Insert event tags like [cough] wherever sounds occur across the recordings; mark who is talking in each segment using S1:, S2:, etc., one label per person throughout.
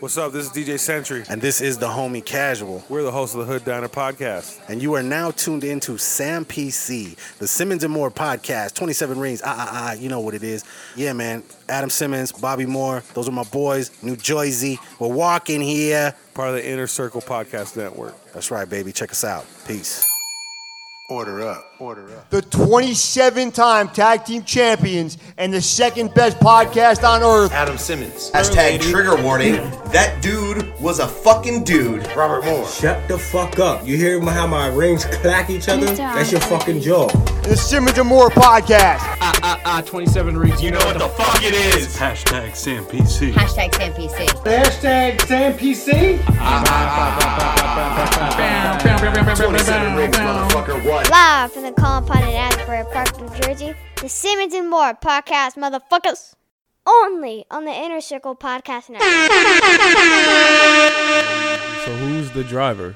S1: What's up? This is DJ Sentry.
S2: And this is the homie Casual.
S1: We're the host of the Hood Diner podcast.
S2: And you are now tuned in to Sam PC, the Simmons and Moore podcast, 27 rings. Ah, ah, ah. You know what it is. Yeah, man. Adam Simmons, Bobby Moore. Those are my boys. New Jersey. We're walking here.
S1: Part of the Inner Circle Podcast Network.
S2: That's right, baby. Check us out. Peace.
S3: Order up. Order up.
S4: the 27 time tag team champions and the second best podcast on earth.
S5: Adam Simmons.
S6: Hashtag trigger warning. That dude was a fucking dude.
S5: Robert Moore.
S7: Shut the fuck up. You hear how my rings clack each other?
S8: Mr.
S7: That's your fucking jaw.
S4: The Simmons and Moore podcast.
S9: Ah, ah, ah, 27 reads. You know what the fuck it is.
S10: Hashtag Sam PC.
S8: Hashtag Sam PC.
S9: Hashtag Sam PC.
S5: 27 rings, motherfucker. What?
S11: Live from the Colin Pond in Asbury Park, New Jersey, the Simmons and Moore podcast, motherfuckers. Only on the Inner Circle Podcast Network.
S9: So who's the driver?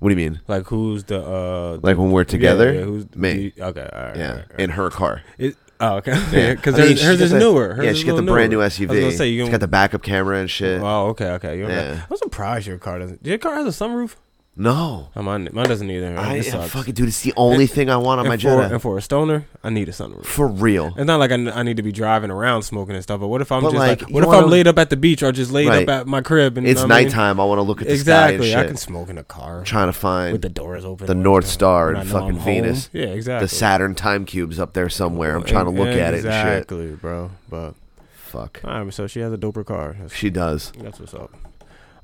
S12: What do you mean?
S9: Like who's the uh?
S12: Like when we're
S9: yeah,
S12: together?
S9: yeah, who's
S12: me.
S9: the- okay, all right.
S12: yeah,
S9: all right, all right.
S12: in her
S9: [laughs]
S12: car.
S9: It- oh, okay. [laughs]
S12: Yeah.
S9: Because
S12: I mean,
S9: hers,
S12: she
S9: hers
S12: got
S9: is
S12: that-
S9: newer. Hers
S12: yeah,
S9: is
S12: she
S9: a
S12: got the
S9: little
S12: brand new
S9: newer.
S12: SUV.
S9: I was gonna say you
S12: She's
S9: can.
S12: got the backup camera and shit.
S9: Oh, okay, okay. You're right.
S12: Yeah.
S9: I'm surprised your car doesn't. Your car has a sunroof.
S12: no,
S9: Oh, mine, mine doesn't either.
S12: I
S9: it
S12: am
S9: sucks.
S12: fucking dude. It's the only thing I want on
S9: and
S12: my
S9: for,
S12: Jetta.
S9: And
S12: For,
S9: for a stoner, I need a sunroof.
S12: real.
S9: It's not like I, n- I need to be driving around smoking and stuff. But what if I'm
S12: But,
S9: just like,
S12: like, you
S9: what if
S12: wanna-
S9: I'm laid up at the beach or just laid
S12: Right.
S9: up at my crib? And you
S12: It's
S9: know what I mean?
S12: nighttime. I want to look at the
S9: Exactly.
S12: sky
S9: I
S12: and
S9: can
S12: shit.
S9: smoke in a car
S12: trying to find
S9: with the doors open.
S12: the
S9: like,
S12: North
S9: uh,
S12: Star
S9: when
S12: and
S9: I know I'm
S12: fucking
S9: home.
S12: Venus.
S9: Yeah, exactly.
S12: the Saturn time cubes up there somewhere. I'm trying to look at it and shit.
S9: Exactly, bro. But
S12: Fuck.
S9: all right, so she has a doper car. That's,
S12: She does.
S9: that's what's up.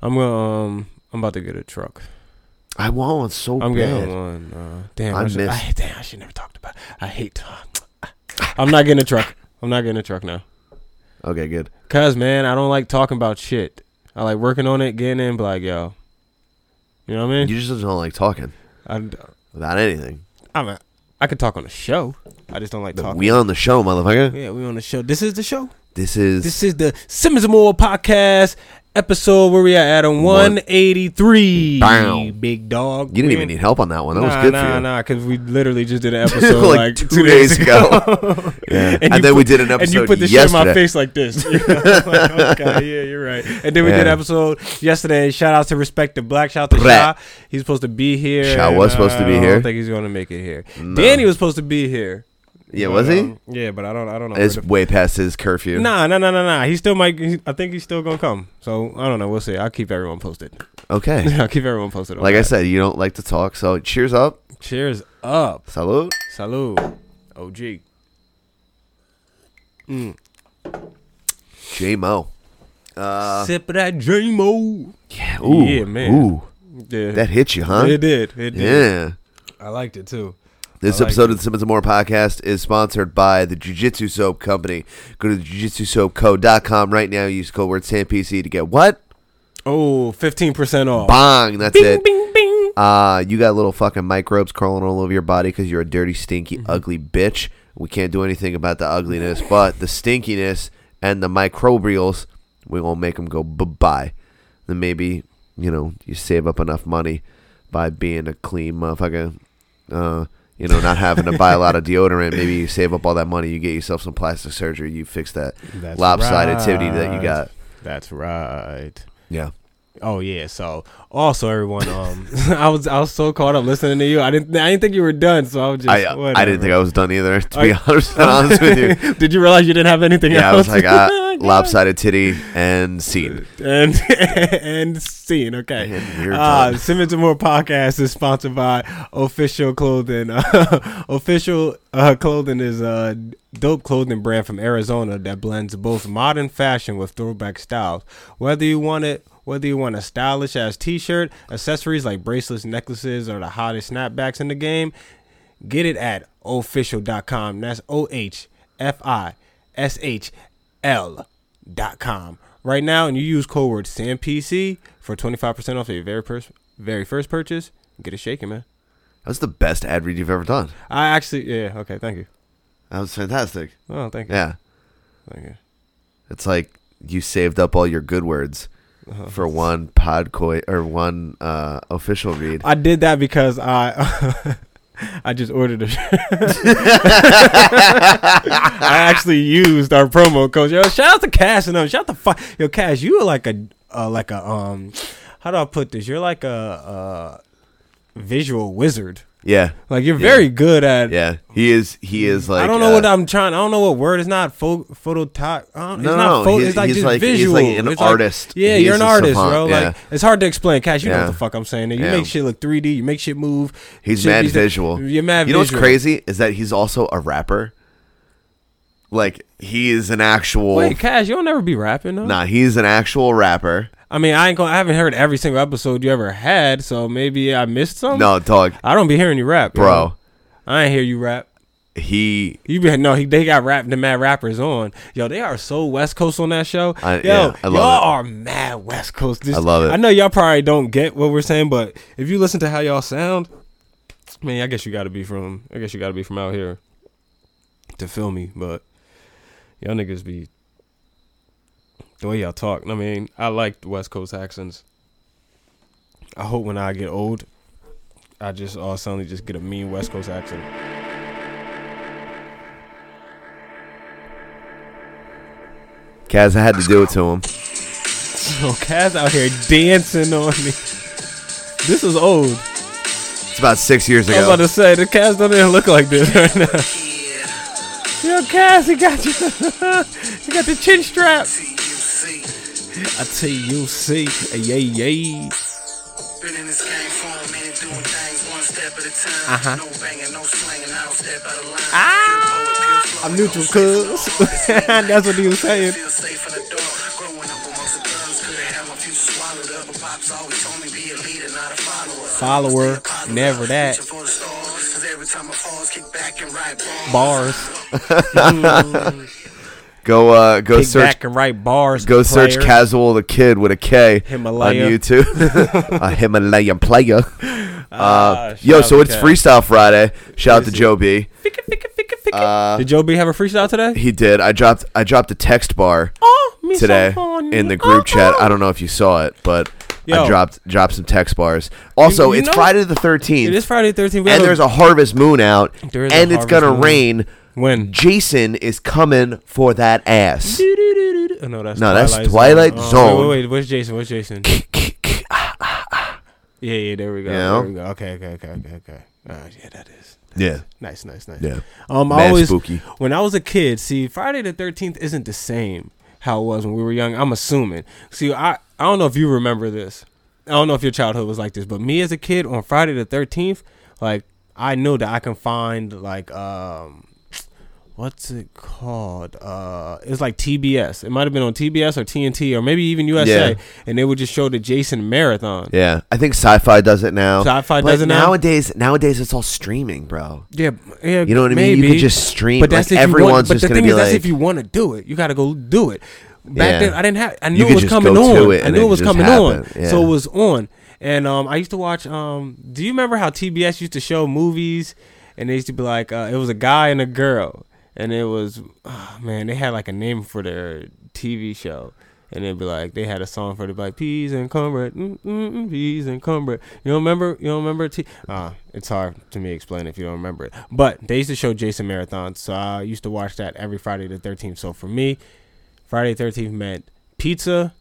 S9: I'm gonna um, I'm about to get a truck.
S12: I want one so
S9: I'm getting
S12: bad.
S9: one. Uh, damn,
S12: I
S9: I, should,
S12: miss-
S9: I damn, I should never talked about. It. I hate. uh, I'm not getting a truck. I'm not getting a truck now.
S12: Okay, good.
S9: Cause man, I don't like talking about shit. I like working on it, getting in, but like yo, you know what I mean?
S12: You just don't like talking
S9: I,
S12: about anything.
S9: I'm a, I could talk on the show. I just don't like talking.
S12: We on the show, motherfucker.
S9: yeah, we on the show. This is the show.
S12: This is
S9: This is the Simmons and Moore podcast episode where we are at on
S12: One-
S9: 183.
S12: Bow.
S9: Big dog.
S12: You didn't even need help on that one. That
S9: Nah,
S12: was good
S9: nah,
S12: for you.
S9: nah, because we literally just
S12: [laughs]
S9: did an episode like, two, days, ago.
S12: Yeah. And,
S9: you
S12: then we
S9: put-
S12: did an episode
S9: and you put this
S12: yesterday.
S9: shit in my face like this. [laughs] You know, like, okay, yeah, you're right. And then we did
S12: Yeah.
S9: an episode yesterday. Shout out to Respect the Black. Shout out to
S12: Brett.
S9: Shaw. He's supposed to be here.
S12: Shaw
S9: and, uh,
S12: was supposed to be
S9: I
S12: here.
S9: don't think he's going to make it here. Danny was supposed to be here.
S12: Yeah,
S9: But,
S12: was he?
S9: um, yeah, but I don't. I don't know. where
S12: It's
S9: the-
S12: way past his curfew.
S9: Nah, nah, nah, nah, nah. He still might. he- I think he's still gonna come. So I don't know. We'll see. I'll keep everyone posted. [laughs]
S12: Okay.
S9: I'll keep everyone posted. on
S12: like I
S9: that.
S12: said, you don't like to talk, so cheers up.
S9: cheers up.
S12: Salute.
S9: Salud, OG.
S12: J Mo.
S9: Sip of that J-Mo.
S12: Yeah, ooh,
S9: Yeah, man.
S12: Ooh.
S9: Yeah.
S12: That hit you, huh?
S9: It did. It did.
S12: Yeah.
S9: I liked it too.
S12: This
S9: I like
S12: episode
S9: it.
S12: of the Simmons and More podcast is sponsored by the Jiu Jitsu Soap Company. Go to jujitsusoapco.com right now. Use code word SAMPC to get what?
S9: Oh, 15% off.
S12: Bong. That's
S9: Bing,
S12: it.
S9: bing, bing.
S12: Uh, you got little fucking microbes crawling all over your body because you're a dirty, stinky,
S9: Mm-hmm.
S12: ugly bitch. We can't do anything about the ugliness, but the stinkiness and the microbials, we gonna make them go bye bye. Then maybe you know you save up enough money by being a clean motherfucker. Uh, you know, not having to buy a lot
S9: [laughs]
S12: of deodorant. Maybe you save up all that money. You get yourself some plastic surgery. You fix that
S9: That's
S12: lopsided titty that you
S9: right.
S12: got.
S9: That's right.
S12: Yeah.
S9: Oh yeah. So also everyone, um, [laughs] I was I was so caught up listening to you. I didn't I didn't think you were done. So I was just.
S12: I, I didn't think I was done either, to be [laughs]
S9: I-
S12: honest, honest with you.
S9: [laughs] Did you realize you didn't have anything
S12: Yeah, I was
S9: else?
S12: like, uh,
S9: [laughs] God.
S12: lopsided titty and scene.
S9: and [laughs] and scene. Okay.
S12: Man, weird
S9: Uh,
S12: time.
S9: Simmons and More podcast is sponsored by Official Clothing. [laughs] official uh, Clothing is a dope clothing brand from Arizona that blends both modern fashion with throwback styles. Whether you want it. Whether you want a stylish ass t shirt, accessories like bracelets, necklaces, or the hottest snapbacks in the game, Get it at official.com. That's O H F I S H L dot com right now, and you use code word SAMPC for twenty five percent off of your very first very first purchase. Get it shaking, man.
S12: That's the best ad read you've ever done.
S9: I actually, yeah, okay, thank you.
S12: That was fantastic.
S9: Oh, thank you,
S12: Yeah.
S9: thank you.
S12: It's like you saved up all your good words for one podcoy or one uh, official read.
S9: I did that because I. [laughs] I just ordered a shirt. I actually used our promo code. Yo, shout out to Cash and them. Shout out to fuck. Yo, Cash, you are like a, a uh, like a um, how do I put this? You're like a, a visual wizard.
S12: Yeah.
S9: Like you're
S12: Yeah.
S9: very good at.
S12: Yeah. He is. He is like.
S9: I don't know
S12: uh,
S9: what I'm trying. I don't know what word. It's not pho- phototi- I don't- It's
S12: No,
S9: not
S12: no,
S9: pho-
S12: he's-
S9: it's like
S12: he's
S9: just
S12: like- he's
S9: visual.
S12: like an
S9: It's
S12: artist.
S9: yeah,
S12: He
S9: you're
S12: is
S9: an
S12: a
S9: artist,
S12: savant,
S9: bro. Like
S12: yeah.
S9: it's hard to explain. Cash, you know what
S12: Yeah.
S9: the fuck I'm saying. You
S12: Yeah.
S9: make shit look 3D. You make shit move.
S12: He's
S9: shit
S12: mad
S9: be-
S12: visual.
S9: You're mad.
S12: You know what's
S9: visual.
S12: crazy is that he's also a rapper. Like he is an actual.
S9: Wait, Cash, you'll never be rapping though.
S12: nah, he's an actual rapper.
S9: I mean, I ain't gonna. I haven't heard every single episode you ever had, so maybe I missed some.
S12: No, dog,
S9: I don't be hearing you rap, yo.
S12: bro.
S9: I ain't hear you rap.
S12: He
S9: You be no, he, they got rap the mad rappers on. Yo, they are so West Coast on that show.
S12: I-
S9: yo,
S12: yeah, I love
S9: y'all
S12: it.
S9: are mad West Coast. This-
S12: I love it.
S9: I know y'all probably don't get what we're saying, but if you listen to how y'all sound, man, I guess you got to be from. I guess you got to be from out here to feel me. But y'all niggas be the way y'all talk. I mean, I like the West Coast accents. I hope when I get old, I just all suddenly just get a mean West Coast accent.
S12: Kaz, I had to do it to him.
S9: [laughs] Oh, Kaz out here dancing on me. This is old.
S12: It's about six years
S9: I was
S12: ago.
S9: about to say the Kaz doesn't even look like this right now. Yo, Kaz, he got you. [laughs] he got the chin strap. I tell you, see, yeah, yeah.
S5: Uh-huh.
S9: Ah, I'm neutral, cuz. [laughs] That's what he was saying. Follower, never that. Bars.
S12: go, uh, go
S9: Kick
S12: search,
S9: back and write bars.
S12: go search
S9: player.
S12: Casual the Kid with a K
S9: Himalaya.
S12: on
S9: [laughs]
S12: YouTube. [laughs] a Himalayan player.
S9: Ah,
S12: Uh, yo,
S9: shout
S12: so
S9: out
S12: it's
S9: to Kaz.
S12: Freestyle Friday. Shout out to
S9: Busy.
S12: Joe B.
S9: Ficka, ficka, ficka, ficka. Did Joe B have a freestyle today?
S12: uh, He did. I dropped. I dropped a text bar.
S9: Oh, me
S12: today
S9: so
S12: in the
S9: funny.
S12: group
S9: Oh,
S12: chat.
S9: oh.
S12: I don't know if you saw it, but
S9: Yo.
S12: I dropped dropped some text bars. Also,
S9: you
S12: it's
S9: know-
S12: Friday the thirteenth.
S9: It is Friday the 13th. We have
S12: and there's a harvest moon out,
S9: There is a
S12: and it's
S9: harvest
S12: gonna
S9: moon.
S12: rain.
S9: When?
S12: Jason is coming for that ass.
S9: Doo-doo-doo-doo. Oh, no, that's
S12: No, that's Twilight
S9: Oh,
S12: Zone.
S9: wait, wait, wait, what's Jason? What's Jason? yeah, yeah, there we go.
S12: You know?
S9: There we go. Okay, okay, okay, okay, okay. All right, yeah, that is.
S12: Yeah,
S9: Nice, nice, nice.
S12: Yeah.
S9: Um, I
S12: Mad
S9: always
S12: spooky.
S9: when I was a kid. See, Friday the Thirteenth isn't the same how it was when we were young. I'm assuming. See, I I don't know if you remember this. I don't know if your childhood was like this, but me as a kid on Friday the Thirteenth, like I know that I can find like um. What's it called? Uh, it's like TBS. It might have been on TBS or TNT or maybe even USA,
S12: Yeah.
S9: and they would just show the Jason marathon.
S12: yeah. I think Sci-Fi does it now.
S9: Sci-Fi
S12: But
S9: does it now?
S12: nowadays. Nowadays, it's all streaming, bro.
S9: Yeah, b- yeah.
S12: You know what I mean? You
S9: maybe.
S12: could just stream, like,
S9: if you want-
S12: everyone's
S9: but
S12: just
S9: the
S12: gonna
S9: thing
S12: be
S9: is, that's
S12: like-
S9: if you want to do it. You got to go do it. Back
S12: Yeah.
S9: then, I didn't have. I
S12: You
S9: knew
S12: could
S9: it was
S12: just
S9: coming
S12: go to
S9: on.
S12: it
S9: I
S12: and
S9: knew
S12: it
S9: it was
S12: just
S9: coming on,
S12: happened. Yeah.
S9: so it was on. And um, I used to watch. Um, do you remember how TBS used to show movies? And they used to be like, uh, it was a guy and a girl, and it was, oh, man, they had like a name for their TV show. And they'd be like, they had a song for it, like peas and cornbread, mm, mm, mm, peas and cornbread. You don't remember? You don't remember? T- uh, it's hard to me explain if you don't remember it. But they used to show Jason marathons, so I used to watch that every Friday the 13th. So for me, Friday the 13th meant pizza,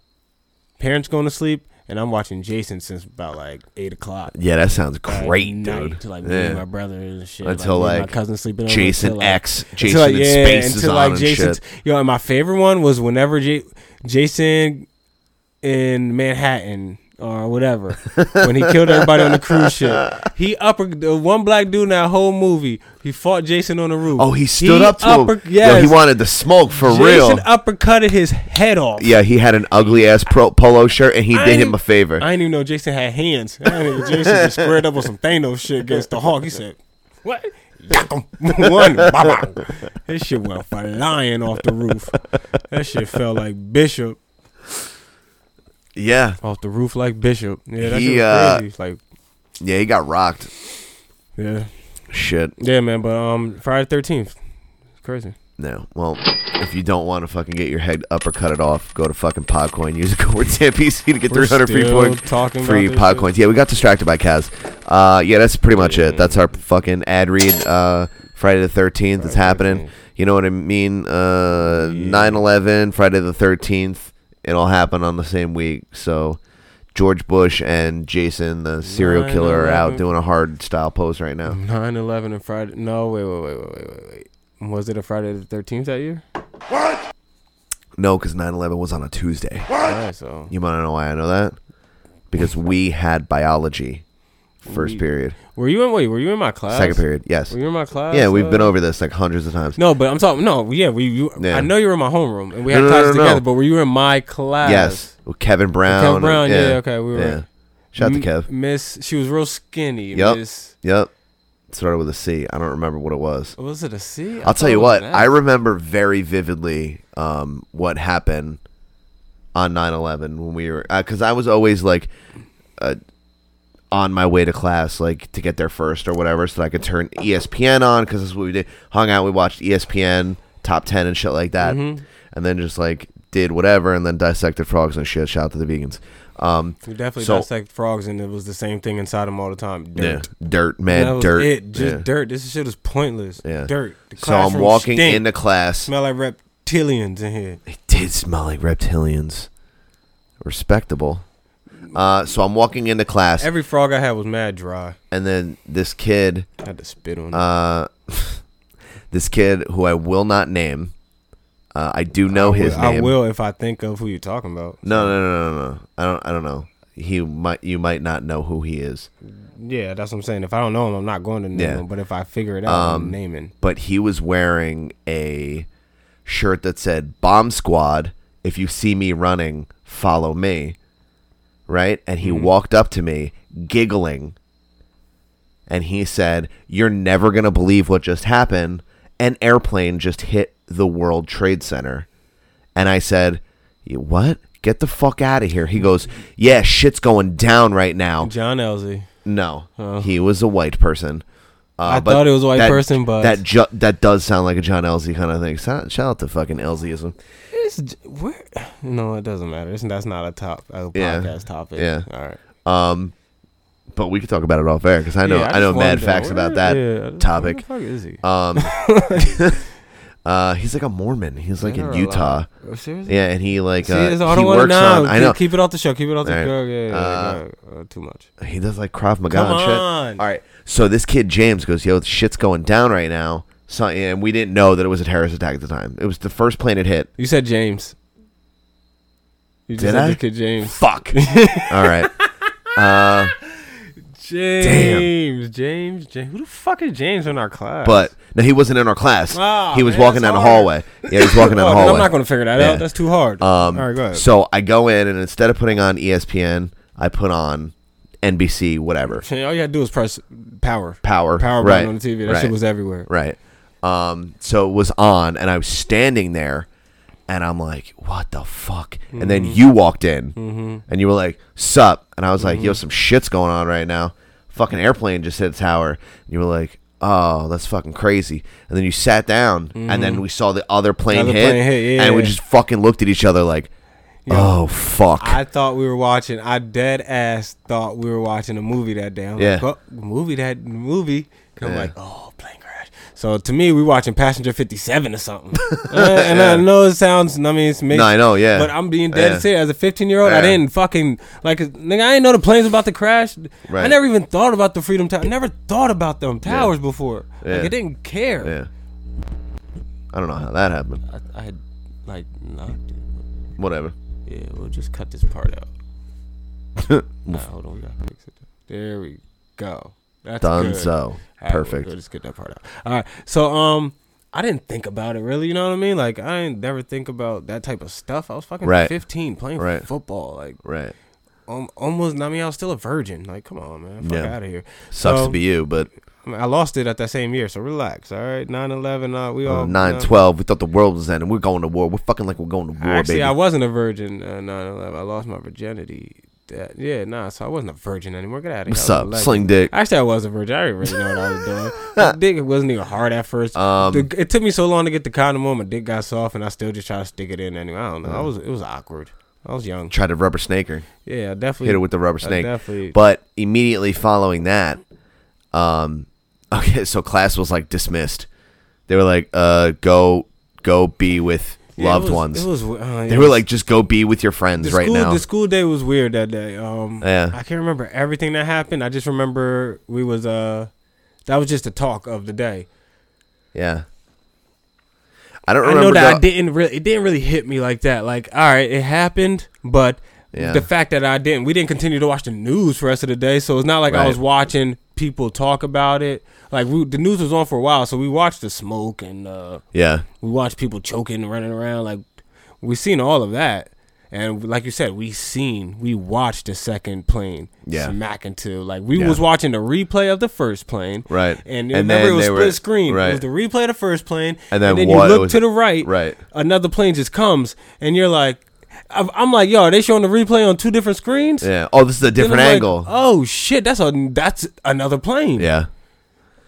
S9: parents going to sleep, and I'm watching Jason since about like eight o'clock.
S12: Yeah, that sounds
S9: Like,
S12: great,
S9: night,
S12: dude.
S9: to, like me
S12: yeah.
S9: and my brother and shit.
S12: Until,
S9: me and
S12: like,
S9: my cousin sleeping over.
S12: Jason
S9: until, like-
S12: X,
S9: until,
S12: Jason
S9: like,
S12: in
S9: yeah,
S12: Space is
S9: until,
S12: on
S9: like,
S12: and
S9: Jason's-
S12: shit.
S9: Yo, and my favorite one was whenever J- Jason in Manhattan
S12: [laughs]
S9: or whatever when he killed everybody on the cruise ship. He upper the one black dude in that whole movie. He fought Jason on the roof.
S12: Oh, he stood up to him.
S9: Yes,
S12: Yo, he wanted to smoke for
S9: Jason
S12: real.
S9: uppercutted his head off.
S12: Yeah, he had an ugly ass pro- polo shirt, and he
S9: I
S12: did
S9: ain't-
S12: him a favor.
S9: I didn't even know Jason had hands. I didn't even- Jason just squared up with some Thanos shit against the Hawk. He said, "What? Yuck 'em." [laughs] One, bye bye. This shit went flying off the roof. That shit felt like Bishop
S12: yeah,
S9: off the roof, like Bishop. Yeah, that
S12: He,
S9: shit was
S12: uh,
S9: crazy. Like,
S12: yeah, he got rocked.
S9: yeah,
S12: Shit.
S9: yeah, man. But um, Friday Thirteenth, crazy.
S12: No. Well, if you don't want to fucking get your head uppercutted off, go to fucking Podcoin. Use the [laughs] code TMPC to get
S9: We're
S12: 300 free
S9: still
S12: point,
S9: talking about
S12: free
S9: this shit?
S12: Podcoins. Yeah, we got distracted by Kaz. Uh, yeah, that's pretty much it. That's our fucking ad read. Uh, Friday the 13th is happening. You know what I mean? Uh, 9/11, Friday the 13th It all happened on the same week. So George Bush and Jason, the serial killer, are out
S9: 9/11.
S12: doing a hard style pose right now.
S9: 9 11 and Friday. No, wait, wait, wait, wait, wait, wait, wait. Was it a Friday the 13th that year?
S12: No, because 9 11 was on a Tuesday.
S9: Alright, so.
S12: You want to know why I know that? Because we had biology first period,
S9: Were you in, wait, were you in my class?
S12: second period. Yes.
S9: Were you in my class?
S12: Yeah, we've been
S9: uh,
S12: over this like hundreds of times.
S9: No, but I'm talking. No, yeah, we. You,
S12: Yeah.
S9: I know you were in my homeroom and we
S12: No,
S9: had
S12: no, no,
S9: classes
S12: no, no.
S9: together, but were you in my class?
S12: Yes. Kevin Brown.
S9: Kevin Brown, yeah, okay, we were-
S12: Shout out
S9: M-
S12: to Kev.
S9: Miss, she was real skinny.
S12: Yep.
S9: Miss,
S12: Yep. Started with a C. I don't remember what it was.
S9: was it a C? Oh, I
S12: I'll tell
S9: thought it
S12: you
S9: was
S12: what,
S9: an
S12: I
S9: S.
S12: remember very vividly um, what happened on 9 11 when we were, because I was always like uh, on my way to class, like to get there first or whatever, so that I could turn E ESPN on, because that's what we did. Hung out, we watched E ESPN, top 10 and shit like that,
S9: Mm-hmm.
S12: and then just like did whatever, and then dissected frogs and shit. Shout out to the vegans. Um,
S9: We definitely
S12: so-
S9: dissect frogs, and it was the same thing inside them all the time. Dirt.
S12: yeah, dirt, man,
S9: That was
S12: dirt.
S9: It just
S12: Yeah.
S9: dirt. This shit is pointless.
S12: Yeah.
S9: Dirt. The
S12: So I'm
S9: classroom
S12: walking
S9: stink.
S12: into class.
S9: smell like reptilians in here.
S12: It did smell like reptilians. Respectable. Uh, so I'm walking into class,
S9: Every frog I had was mad dry.
S12: and then this kid,
S9: I had to spit on. it.
S12: uh, [laughs] this kid who I will not name. Uh, I do know his
S9: I
S12: name.
S9: will if I think of who you're talking about.
S12: No, no, no, no, no. I don't. I don't know. He might. You might not know who he is.
S9: Yeah, that's what I'm saying. If I don't know him, I'm not going to name
S12: Yeah. Um,
S9: him. But if I figure it out, I'm naming.
S12: But he was wearing a shirt that said "Bomb Squad." If you see me running, follow me. Right, and he walked up to me, giggling, and he said, "You're never gonna believe what just happened. An airplane just hit the World Trade Center." And I said, "You "What? Get the fuck out of here." He goes, "Yeah, shit's going down right now."
S9: John Elzey.
S12: No, he was a white person. Uh,
S9: Oh. I
S12: but
S9: thought it was a white person, but-
S12: that ju- that does sound like a John Elzey kind of thing. Shout, shout out to fucking Elzeyism.
S9: It's j- where? No, it doesn't matter. It's, that's not a top a
S12: Yeah.
S9: podcast topic.
S12: Yeah.
S9: All right.
S12: Um, But we could talk about it off air because I know I,
S9: Yeah, just
S12: know
S9: wanted
S12: mad
S9: to
S12: facts
S9: where-
S12: about that
S9: yeah, where the
S12: topic.
S9: fuck is he?
S12: Um,
S9: [laughs]
S12: uh, he's like a Mormon. He's like
S9: They're
S12: in
S9: alive.
S12: Utah.
S9: Oh, seriously?
S12: Yeah, and he like
S9: See,
S12: uh,
S9: it's- I
S12: he
S9: don't want to
S12: works
S9: know.
S12: on. I know
S9: Keep it off the show. Keep it off the
S12: All right.
S9: show. Yeah, yeah,
S12: Uh,
S9: yeah, no, uh, too much.
S12: He does like Krav Maga
S9: Come
S12: and shit.
S9: on.
S12: All right. So this kid James goes, "Yo, shit's going down right now." So, and we didn't know that it was a terrorist attack at the time. It was the first plane it hit.
S9: You said James. You just
S12: Did
S9: said
S12: I?
S9: the kid James.
S12: Fuck. [laughs] All right. Uh,
S9: James, James, James. Who the fuck is James in our class?
S12: but no, he wasn't in our class.
S9: Ah,
S12: he was
S9: man,
S12: walking
S9: that's
S12: down the
S9: hard.
S12: hallway. Yeah, he was walking down the
S9: Oh, [laughs] then
S12: hallway.
S9: I'm not going to figure that
S12: Yeah.
S9: out. That's too hard.
S12: Um,
S9: All right, go ahead.
S12: So I go in, and instead of putting on E ESPN, I put on NBC, whatever.
S9: all you had to do was press power.
S12: Power,
S9: Power
S12: right,
S9: button on the TV. That
S12: right.
S9: shit was everywhere.
S12: Right. Um, so it was on, and I was standing there, and I'm like, what the fuck? And
S9: Mm-hmm.
S12: then you walked in, and you were like, sup? And I was like, yo,
S9: Mm-hmm.
S12: some shit's going on right now. Fucking airplane just hit a tower. And you were like, oh, that's fucking crazy. And then you sat down, and then we saw the other plane
S9: Other
S12: hit,
S9: Mm-hmm. plane hit,
S12: and we
S9: yeah.
S12: just fucking looked at each other like, oh, fuck.
S9: I thought we were watching. I dead ass thought we were watching a movie that day. I'm
S12: Yeah.
S9: like, oh, movie that movie. And I'm
S12: Yeah.
S9: like, oh, plane crash. So to me, we watching Passenger 57
S12: [laughs]
S9: or something. Uh, and I know it sounds. I mean, it's makes,
S12: No, I know, yeah.
S9: But I'm being dead
S12: Yeah.
S9: serious. As a 15 year old, I
S12: Yeah.
S9: didn't fucking like. Nigga, I didn't know the plane's about to crash. I
S12: Right.
S9: never even thought about the Freedom Tower. I never thought about them towers before.
S12: Yeah.
S9: Like I didn't care.
S12: yeah. I don't know how that happened.
S9: I, I had like knocked it.
S12: Whatever.
S9: Yeah, we'll just cut this part out.
S12: [laughs]
S9: nah, hold on, we gotta fix it. There we go. That's
S12: Done
S9: good. All
S12: so.
S9: right, we'll-
S12: Perfect.
S9: We'll just get that part out. All right. So um, I didn't think about it really. You know what I mean? Like I ain't never think about that type of stuff. I was fucking
S12: Right.
S9: 15 playing
S12: Right.
S9: football. Like
S12: Right.
S9: um, almost. I mean, I was still a virgin. Like come on, man. Fuck
S12: Yeah.
S9: out of here.
S12: Sucks
S9: So,
S12: to be you, but
S9: I, mean, I lost it at that same year. So relax. All right. 9-11, Uh, we all
S12: Uh, nine
S9: uh,
S12: twelve. We thought the world was ending. We're going to war. We're fucking like we're going to war,
S9: Actually,
S12: baby.
S9: I wasn't a virgin. Uh, 9/11. I lost my virginity. That, yeah, nah. So I wasn't a virgin anymore. Get out of here.
S12: What's
S9: I was
S12: up,
S9: a legend.
S12: sling dick?
S9: Actually, I was a virgin. I didn't really know what I
S12: [laughs]
S9: was doing. My dick wasn't even hard at first.
S12: Um,
S9: The- it took me so long to get the condom on. My dick got soft, and I still just tried to stick it in anyway. I don't know.
S12: Mm.
S9: I was it was awkward. I was young.
S12: Tried to rubber snake her.
S9: Yeah, I definitely
S12: Hit her with the rubber
S9: I
S12: snake.
S9: definitely.
S12: But immediately following that, um, [laughs] okay, so class was like dismissed. They were like, uh, go, go be with
S9: Yeah, it
S12: loved
S9: was-
S12: ones.
S9: It was. Uh,
S12: they were like, just go be with your friends
S9: the
S12: right
S9: school,
S12: now.
S9: The school day was weird that day. Um,
S12: Yeah.
S9: I can't remember everything that happened. I just remember we was uh, that was just the talk of the day.
S12: yeah. I don't
S9: I
S12: remember.
S9: know that I
S12: the-
S9: didn't really. It didn't really hit me like that. Like, all right, it happened, but
S12: Yeah.
S9: the fact that I didn't, we didn't continue to watch the news for the rest of the day. So it's not like I
S12: Right.
S9: was watching people talk about it. Like, we, the news was on for a while, so we watched the smoke and uh,
S12: Yeah.
S9: we watched people choking and running around. Like, we seen all of that. And like you said, we seen, we watched the second plane
S12: Yeah.
S9: smack into. Like we
S12: Yeah.
S9: was watching the replay of the first plane,
S12: Right.
S9: And,
S12: And
S9: remember,
S12: then
S9: it was
S12: they
S9: split
S12: were-
S9: screen. It was
S12: right.
S9: the replay of the first plane,
S12: And then
S9: you
S12: what- it
S9: look
S12: was-
S9: to the right,
S12: right.
S9: Another plane just comes, and you're like, I'm I'm like, yo, are they showing the replay on two different screens?
S12: Yeah. Oh, this is a
S9: Then I'm
S12: different
S9: like,
S12: angle.
S9: oh shit, that's a that's another plane.
S12: Yeah.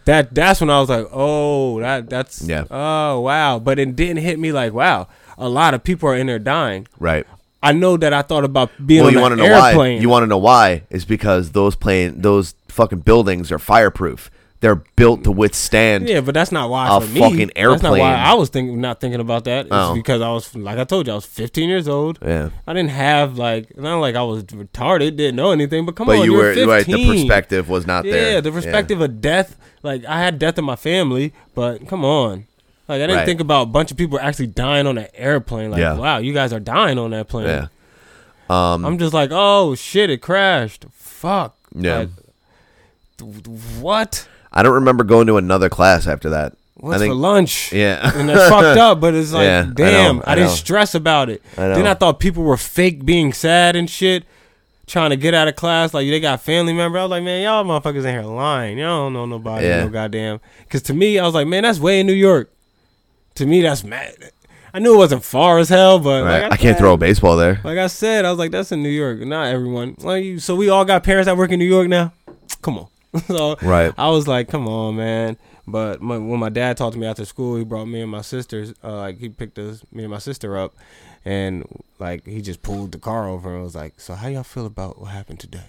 S9: That that's when I was like, oh, that that's
S12: Yeah.
S9: Oh wow, but it didn't hit me like wow. A lot of people are in there dying.
S12: Right.
S9: I know that I thought about being
S12: well,
S9: on
S12: you
S9: an
S12: want to know
S9: airplane.
S12: why? You want to know why? Is because those plane, those fucking buildings are fireproof. They're built to withstand.
S9: yeah, but that's not why
S12: a
S9: for me.
S12: fucking
S9: That's not
S12: airplane.
S9: why I was thinking not thinking about that. It's
S12: Oh.
S9: because I was like I told you I was 15 years old.
S12: Yeah.
S9: I didn't have like not like I was retarded, didn't know anything. But come
S12: But
S9: on,
S12: you were
S9: were 15.
S12: right. The perspective was not
S9: Yeah,
S12: there.
S9: the perspective of death. Like I had death in my family, but come on. Like I didn't
S12: Right.
S9: think about a bunch of people actually dying on an airplane. Like
S12: Yeah.
S9: wow, you guys are dying on that plane.
S12: Yeah. um,
S9: I'm just like, oh shit, it crashed. Fuck.
S12: Yeah.
S9: Like, th- th- what?
S12: I don't remember going to another class after that. I
S9: What's
S12: think
S9: for
S12: [laughs]
S9: lunch?
S12: Yeah.
S9: and that's fucked up. But it's like,
S12: Yeah, I know,
S9: damn, I,
S12: I
S9: didn't
S12: know.
S9: stress about it.
S12: I know.
S9: Then I thought people were fake being sad and shit, trying to get out of class. Like they got family member. I was like, man, y'all motherfuckers in here lying. Y'all don't know nobody.
S12: Yeah.
S9: No goddamn. Because to me, I was like, man, that's way in New York. To me, that's mad. I knew it wasn't far as hell, but
S12: Right.
S9: like,
S12: I can't throw a baseball there.
S9: Like I said, I was like, that's in New York. Not everyone. Like you, so we all got parents that work in New York now. Come on. [laughs] so
S12: Right.
S9: I was like, come on, man. But my, when my dad talked to me after school, he brought me and my sisters. Uh, like he picked us, me and my sister up, and like he just pulled the car over and was like, "So how y'all feel about what happened today?"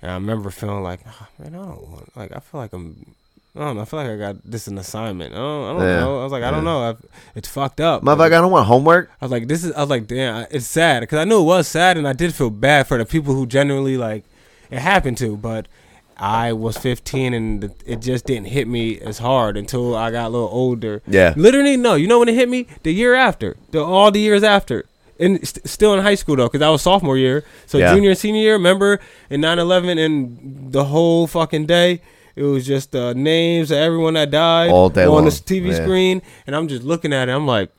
S9: And I remember feeling like, "Ah, man, I don't want. Like I feel like I'm. I don't know. I feel like I got this an assignment. I don't, I don't
S12: Yeah.
S9: know. I was like, I don't
S12: Yeah.
S9: know. I've, it's fucked up.
S12: Motherfucker, I don't want homework.
S9: I was like, this is. I was like, damn, I- it's sad because I knew it was sad, and I did feel bad for the people who genuinely like it happened to. But I was 15, and th- it just didn't hit me as hard until I got a little older.
S12: Yeah.
S9: literally, no. You know when it hit me? The year after, the all the years after, and st- still in high school though, because I was sophomore year. So
S12: Yeah.
S9: junior and senior year, remember in 9/11 and the whole fucking day. It was just uh, names of everyone that died
S12: All day
S9: on
S12: long.
S9: the TV
S12: Yeah.
S9: screen, and I'm just looking at it. I'm like,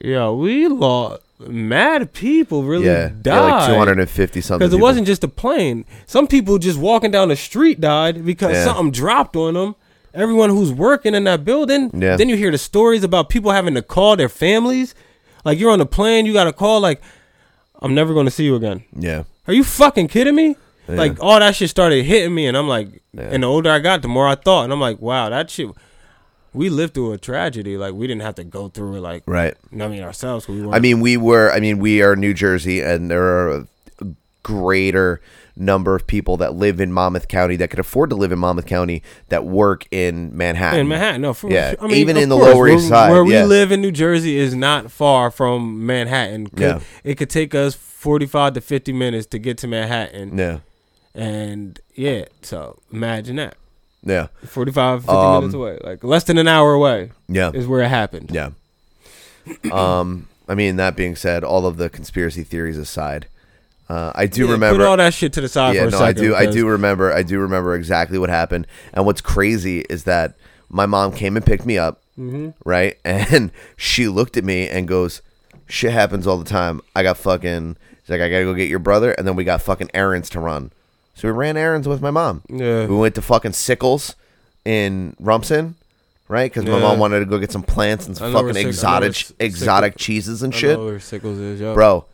S9: yeah, we lost mad people really
S12: yeah. Yeah,
S9: died.
S12: like 250 something.
S9: because it
S12: people.
S9: wasn't just a plane. Some people just walking down the street died because
S12: Yeah.
S9: something dropped on them. Everyone who's working in that building.
S12: Yeah.
S9: Then you hear the stories about people having to call their families. Like you're on the plane, you got to call like, "I'm never going to see you again."
S12: Yeah.
S9: Are you fucking kidding me? Like all that shit started hitting me, and I'm like, and the older I got, the more I thought, and I'm like, wow, that shit. We lived through a tragedy, like we didn't have to go through it, like
S12: Right.
S9: I mean ourselves. 'cause We
S12: I
S9: weren't-
S12: mean, we were. I mean, we are New Jersey, and there are a greater number of people that live in Monmouth County that could afford to live in Monmouth County that work in Manhattan.
S9: in Manhattan, no, for,
S12: yeah,
S9: I mean,
S12: even
S9: of
S12: in the
S9: course,
S12: Lower East
S9: where-
S12: Side,
S9: where we
S12: yeah.
S9: live in New Jersey is not far from Manhattan. Could-
S12: Yeah.
S9: it could take us forty-five to fifty minutes to get to Manhattan,
S12: Yeah,
S9: and yeah, so imagine that
S12: yeah,
S9: 45, 50
S12: Um,
S9: minutes away, like less than an hour away,
S12: yeah,
S9: is where it happened.
S12: yeah. um, I mean, that being said, all of the conspiracy theories aside, uh, I do
S9: Yeah,
S12: remember
S9: put all that shit to the side
S12: yeah,
S9: for a
S12: no,
S9: second.
S12: I do. I
S9: because-
S12: do remember. I do remember exactly what happened. And what's crazy is that my mom came and picked me up,
S9: Mm-hmm.
S12: right? [laughs] And she looked at me and goes, "Shit happens all the time. I got fucking. She's like, I gotta go get your brother, and then we got fucking errands to run. So we ran errands with my mom.
S9: Yeah.
S12: we went to fucking Sickles in Rumson. Right, because my
S9: Yeah.
S12: mom wanted to go get some plants and
S9: I
S12: some
S9: know where
S12: fucking
S9: Sick- I know where
S12: exotic,
S9: S-
S12: exotic cheeses and
S9: I
S12: shit
S9: know where Sickles is, yo.
S12: bro